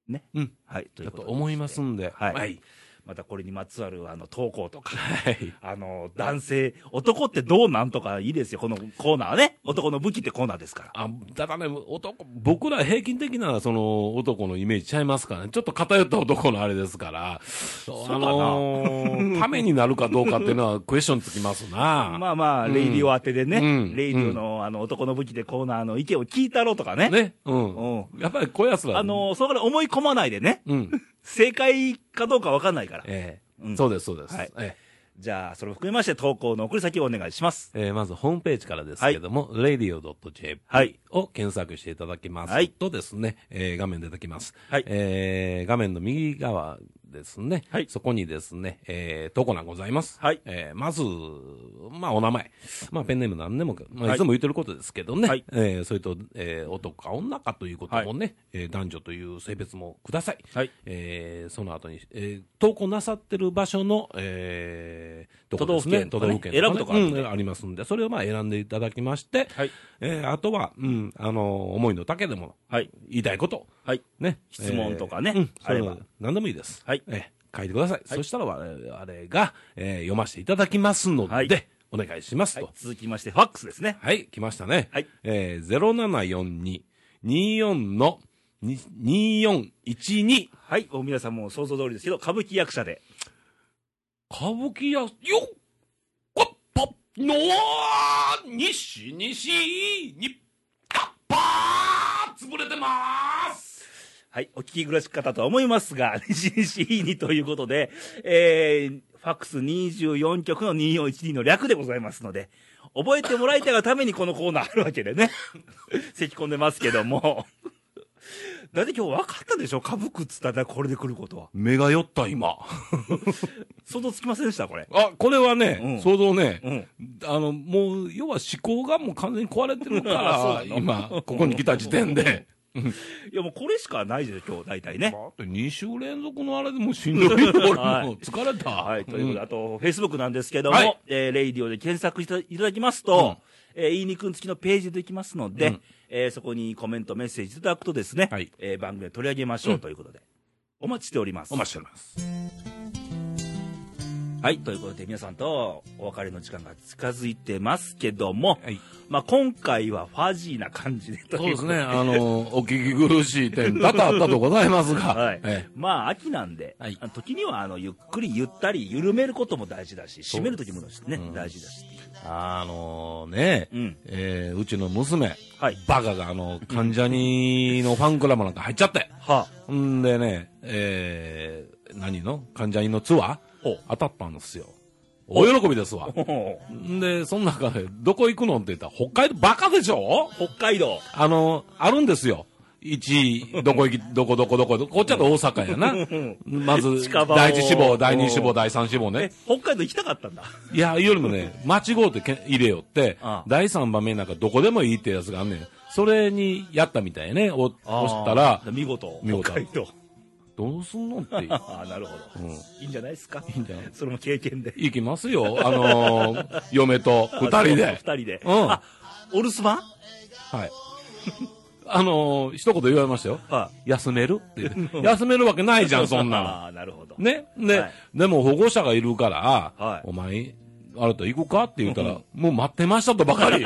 Speaker 1: ね。
Speaker 2: うん。
Speaker 1: はい。とい
Speaker 2: だ
Speaker 1: うこととで
Speaker 2: 思いますんで。
Speaker 1: はい。またこれにまつわるあの投稿とか、
Speaker 2: はい。
Speaker 1: あの、男性、男ってどうなんとかいいですよ。このコーナーはね。男の武器ってコーナーですから。
Speaker 2: あただね、男、僕ら平均的な、その、男のイメージちゃいますからね。ちょっと偏った男のあれですから。そう
Speaker 1: だな
Speaker 2: ーためになるかどうかっていうのはクエスチョンつきますな。
Speaker 1: まあまあ、レイディオ当てでね、
Speaker 2: うん
Speaker 1: レイディオのあの男の武器でコーナーの意見を聞いたろうとかね。
Speaker 2: ね。う
Speaker 1: うん
Speaker 2: ん。やっぱりこういうやつら。
Speaker 1: あ、の、そこで思い込まないでね、
Speaker 2: うん。
Speaker 1: 正解かどうかわかんないから。
Speaker 2: ええ
Speaker 1: うん
Speaker 2: そうです、そうです。
Speaker 1: はい
Speaker 2: ええ
Speaker 1: じゃあ、それを含めまして投稿の送り先をお願いします。
Speaker 2: えーまずホームページからですけども、radio.jp
Speaker 1: はい
Speaker 2: を検索していただきます、
Speaker 1: はい
Speaker 2: とですね、えー画面出てきます、
Speaker 1: はい
Speaker 2: えー画面の右側ですね、
Speaker 1: はい
Speaker 2: そこにですね、えー、投稿欄ございます。
Speaker 1: はい
Speaker 2: えーまず、まあ、お名前。まあ、ペンネーム何でもか、ま
Speaker 1: は
Speaker 2: あ、
Speaker 1: い
Speaker 2: いつも言ってることですけどね、
Speaker 1: はい
Speaker 2: えーそれと、えー男か女かということもね、えー男女という性別もください。
Speaker 1: はい
Speaker 2: えーその後に、えー投稿なさってる場所の、えー、とこですね
Speaker 1: 都道府県とかね
Speaker 2: 都道府県
Speaker 1: 選ぶとこあるんで
Speaker 2: うんありますんで、それをまあ選んでいただきまして、
Speaker 1: はい
Speaker 2: えーあとは、うん、あの、思いの丈でも、
Speaker 1: はい。
Speaker 2: 言いたいこと、
Speaker 1: はい。
Speaker 2: ね。
Speaker 1: 質問とかね
Speaker 2: うん
Speaker 1: あれば。
Speaker 2: そう何でもいいです。
Speaker 1: はい
Speaker 2: えー書いてください。そしたら我々、あれが、えー読ませていただきますので、
Speaker 1: はい
Speaker 2: お願いしますと。はい、
Speaker 1: 続きまして、ファックスですね。
Speaker 2: 来ましたね。
Speaker 1: はい
Speaker 2: えー、0742-24の2412。
Speaker 1: はい。もう皆さんもう想像通りですけど、歌舞伎役者で。
Speaker 2: 歌舞伎や、よっこっぽのー西西に、たっぱー潰れてまーす
Speaker 1: はい。お聞き苦しかったとは思いますが、CC にということで、えー、ファックス24局の2412の略でございますので、覚えてもらいたいがためにこのコーナーあるわけでね。 咳込んでますけども。 だって今日分かったでしょ歌舞伎っつったらこれで来ることは。
Speaker 2: 目が酔った今。
Speaker 1: 想像つきませんでしたこれ。
Speaker 2: あ、これはね、
Speaker 1: うん
Speaker 2: 想像ね、
Speaker 1: うん。
Speaker 2: あの、もう、要は思考がもう完全に壊れてるか
Speaker 1: あ
Speaker 2: ら、
Speaker 1: そうなの
Speaker 2: 今、ここに来た時点で。
Speaker 1: いやもうこれしかないでしょ、今日大体ね
Speaker 2: だ。って2週連続のあれでもうしんどいよ、俺も う
Speaker 1: はい
Speaker 2: 疲れた。
Speaker 1: はい、ということで、
Speaker 2: ん
Speaker 1: あと、フェイスブックなんですけども、
Speaker 2: はい
Speaker 1: えーレイディオで検索していただきますと、えー、いいにくん付きのページできますので、
Speaker 2: うん
Speaker 1: えーそこにコメント、メッセージいただくとですね、
Speaker 2: はい
Speaker 1: えー番組で取り上げましょうということで、お待ちしております。
Speaker 2: お待ちしております。
Speaker 1: はい、ということで、皆さんとお別れの時間が近づいてますけども、
Speaker 2: はい
Speaker 1: まあ、今回はファジーな感じでとい
Speaker 2: そうです
Speaker 1: こと
Speaker 2: ね、あの、お聞き苦しい点多々あったとございます が、
Speaker 1: はい
Speaker 2: ええ
Speaker 1: まあ、秋なんで、
Speaker 2: はい
Speaker 1: あの時にはあのゆっくりゆったり緩めることも大事だし、締める時もね、大事だしっていう。
Speaker 2: あのね、
Speaker 1: うん
Speaker 2: えーうちの娘、
Speaker 1: はい
Speaker 2: バカがあの、関ジャニのファンクラブなんか入っちゃって、
Speaker 1: は
Speaker 2: んでね、えー何の関ジャニのツア
Speaker 1: ほ
Speaker 2: ー
Speaker 1: う
Speaker 2: 当たったんですよ。お喜びですわ
Speaker 1: あ。。ほうん
Speaker 2: で、その中で、どこ行くのって言ったら、北海道、バカでしょ
Speaker 1: 北海道。
Speaker 2: あの、あるんですよ。1位、どこ行 き、どこどこどこ、こっちは大阪やな。まず、
Speaker 1: 近場を
Speaker 2: 第一志望、第二志望、第三志望
Speaker 1: え。、
Speaker 2: ね
Speaker 1: 北海道行きたかったんだ。
Speaker 2: いや、よりもね、間違うてけ入れよって、
Speaker 1: ああ
Speaker 2: 第3番目なんかどこでもいいってやつがあんねん。それにやったみたいやね、お押したら
Speaker 1: あー、見事。
Speaker 2: 見事
Speaker 1: 北海道。
Speaker 2: どうすんのって。
Speaker 1: ああ、なるほど、
Speaker 2: うん
Speaker 1: いいんじゃないですか。
Speaker 2: いいんじゃない
Speaker 1: それも経験で。
Speaker 2: 行きますよ、あ のー嫁と二人
Speaker 1: あ
Speaker 2: で
Speaker 1: そ。う二人で。
Speaker 2: うん
Speaker 1: あ、お留守番
Speaker 2: はい。 あのー一言言われましたよ。
Speaker 1: は
Speaker 2: 休めるって 言って。休めるわけないじゃん、そんなの。
Speaker 1: ああ、なるほ ど。
Speaker 2: ね。で、
Speaker 1: はい
Speaker 2: でも保護者がいるから、
Speaker 1: はい
Speaker 2: お前、あなた行くかって言ったら、もう待ってましたとばか り。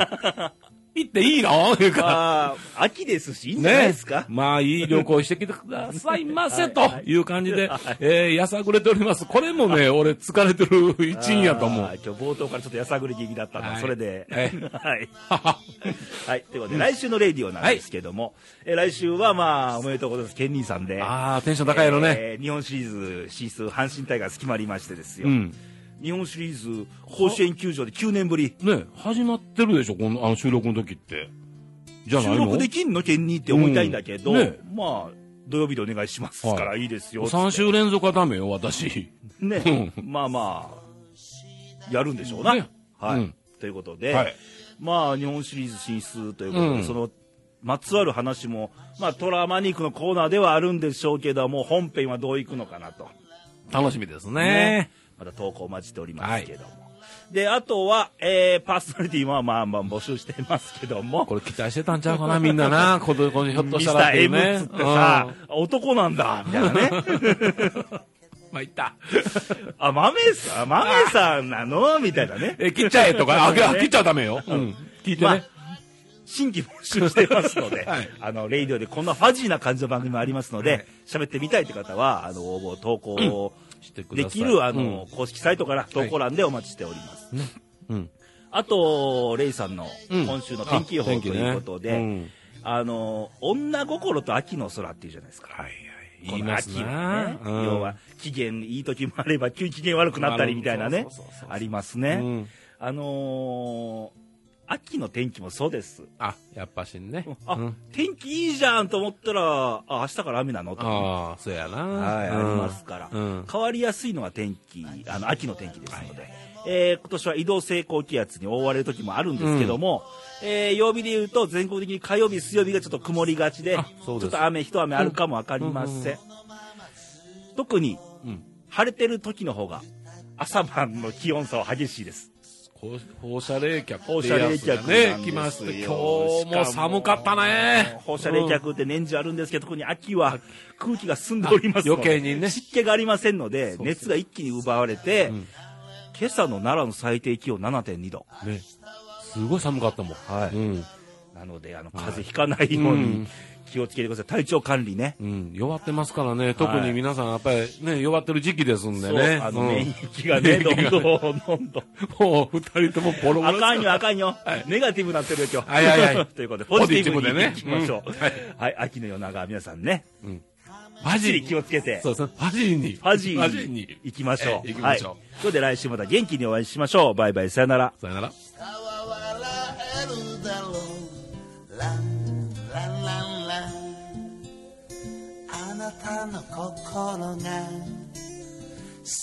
Speaker 2: 行っていいの 言うから。
Speaker 1: ああ、秋ですし、いいんじゃない
Speaker 2: ね
Speaker 1: ですか。
Speaker 2: まあ、いい旅行してきてくださいませ、と
Speaker 1: はい
Speaker 2: いう感じで、
Speaker 1: はい
Speaker 2: えー、やさぐれております。これもね、俺疲れてる一因やと思
Speaker 1: あー
Speaker 2: う。
Speaker 1: 今日冒頭からちょっとやさぐれ気味だったの、
Speaker 2: はい
Speaker 1: それで。
Speaker 2: え
Speaker 1: はい。 はい。ということで、来週のレディオなんですけども、え来週はまあ、おめでとうございます。ケンニーさんで。
Speaker 2: ああ、テンション高いやろね。
Speaker 1: えー日本シリーズ進出阪神タイガース決まりましてですよ、
Speaker 2: うん
Speaker 1: 日本シリーズ甲子園球場で9年ぶり
Speaker 2: ね、始まってるでしょ、この、あの収録の時って。じゃない
Speaker 1: 収
Speaker 2: の
Speaker 1: 録できんの県にって思いたいんだけど、
Speaker 2: うんね
Speaker 1: まあ土曜日でお願いしますから、、
Speaker 2: はい
Speaker 1: いですよ。つ
Speaker 2: 3
Speaker 1: っ
Speaker 2: 週連続はダメよ、私。
Speaker 1: てね。まあまあ、やるんでしょうな。
Speaker 2: ね
Speaker 1: はい、
Speaker 2: うん
Speaker 1: ということで、
Speaker 2: はい
Speaker 1: まあ、日本シリーズ進出ということで、
Speaker 2: うん
Speaker 1: その、まつわる話も、まあ、トラマニックのコーナーではあるんでしょうけども、本編はどういくのかなと。
Speaker 2: 楽しみです
Speaker 1: ね
Speaker 2: ね。、
Speaker 1: また投稿お待ちしておりますけども。で、あとは、えー、パーソナリティはまあまあ募集してますけども、
Speaker 2: これ期待してたんちゃうかな、みん なな。この、このひょっと
Speaker 1: ミ
Speaker 2: し
Speaker 1: ス
Speaker 2: た
Speaker 1: タ
Speaker 2: らっ
Speaker 1: ー
Speaker 2: ていう
Speaker 1: M
Speaker 2: ね。
Speaker 1: っつってさ
Speaker 2: うん、
Speaker 1: 男なんだ、みたいなね。
Speaker 2: まあ、いった。
Speaker 1: あ、豆さん、豆さんなのみたいなね。
Speaker 2: え、切っちゃえとか、あ、
Speaker 1: そうね
Speaker 2: 切っちゃダメよ。うん。聞いて
Speaker 1: ま
Speaker 2: ね
Speaker 1: あ。、新規募集してますので、
Speaker 2: はい
Speaker 1: あの、レイディオでこんなファジーな感じの番組もありますので、喋、ってみたいって方は、あの、応募、投稿を
Speaker 2: してくだ
Speaker 1: で
Speaker 2: さい
Speaker 1: きる、あの、公式サイトから投稿欄でお待ちしております。
Speaker 2: うん。
Speaker 1: あと、レイさんの
Speaker 2: うん
Speaker 1: 今週の天気予
Speaker 2: あ
Speaker 1: 報
Speaker 2: 天
Speaker 1: と
Speaker 2: 気ね
Speaker 1: いうことで、
Speaker 2: うん
Speaker 1: あの、女心と秋の空っていうじゃないですか。
Speaker 2: はいはい。
Speaker 1: こ
Speaker 2: 言い
Speaker 1: の
Speaker 2: ます
Speaker 1: 秋
Speaker 2: な。
Speaker 1: ね、
Speaker 2: うん
Speaker 1: 要は、期限いい時もあれば、急に機嫌悪くなったりみたいなね
Speaker 2: そうそうそうそう、そう
Speaker 1: ありますね。
Speaker 2: うん
Speaker 1: あのー秋の天気もそうです。
Speaker 2: あ、やっぱし ね。
Speaker 1: あ、
Speaker 2: うん
Speaker 1: 天気いいじゃんと思ったら、あ、明日から雨なのと。は
Speaker 2: ああ、そうやな。
Speaker 1: い、
Speaker 2: う
Speaker 1: あ
Speaker 2: ん
Speaker 1: りますから、
Speaker 2: うん。
Speaker 1: 変わりやすいのが天気、あの、秋の天気ですので。えー今年は移動性高気圧に覆われる時もあるんですけども、えー曜日で言うと全国的に火曜日、水曜日がちょっと曇りがちで、
Speaker 2: あ
Speaker 1: ち
Speaker 2: そ
Speaker 1: ょ
Speaker 2: う
Speaker 1: っ
Speaker 2: です
Speaker 1: と雨、一雨あるかもわかりません。特に、
Speaker 2: うん
Speaker 1: 晴れてる時の方が、朝晩の気温差は激しいです。
Speaker 2: こう放射冷却
Speaker 1: 放射冷却なんですよ
Speaker 2: ね、来まして、今日も寒かったね。
Speaker 1: 放射冷却って年中あるんですけど、特に秋は空気が澄んでおりますので、
Speaker 2: あ余計にね
Speaker 1: 湿気がありませんので、
Speaker 2: そう
Speaker 1: 熱が一気に奪われて、
Speaker 2: ん
Speaker 1: 今朝の奈良の最低気温7.2度。
Speaker 2: うんね。すごい寒かったもん。
Speaker 1: はい
Speaker 2: うん。
Speaker 1: なので、あの、風邪ひかないよう
Speaker 2: う
Speaker 1: に
Speaker 2: ん
Speaker 1: 気をつけてください。体調管理ね。
Speaker 2: うん。弱ってますからね。特に皆さん、やっぱりね、弱ってる時期ですんで
Speaker 1: そう、
Speaker 2: ね。
Speaker 1: あの、
Speaker 2: うん
Speaker 1: 免疫がね、どんどん、どんどん。
Speaker 2: もう、二人ともボロボロ
Speaker 1: あ
Speaker 2: です
Speaker 1: かんよ、あかんよ
Speaker 2: はい。
Speaker 1: ネガティブになってるよ、今日。
Speaker 2: はいはいはい
Speaker 1: ということで、ポジティブに
Speaker 2: ポジティブで
Speaker 1: ね
Speaker 2: ね、
Speaker 1: いきましょう。
Speaker 2: うんはい
Speaker 1: はい、秋の夜長、皆さんね、
Speaker 2: マ
Speaker 1: じ
Speaker 2: ジ
Speaker 1: り気をつけて。
Speaker 2: そうそう。マジに。
Speaker 1: ファジ
Speaker 2: マジ
Speaker 1: ーに
Speaker 2: に。
Speaker 1: 行きましょう。
Speaker 2: ええ行きましょう
Speaker 1: はい。それで来週また元気にお会いしましょう。バイバイ、さよなら。
Speaker 2: さよなら。
Speaker 3: 明日は笑えるだろうランランランランあなたの心が少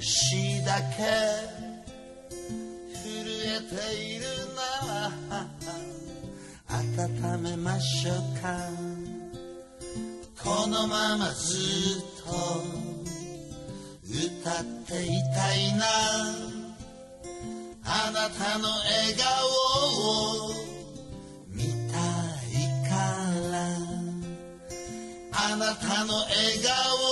Speaker 3: しだけ震えているなら温めましょうかこのままずっと歌っていたいなあなたの笑顔を見たいからあなたの笑顔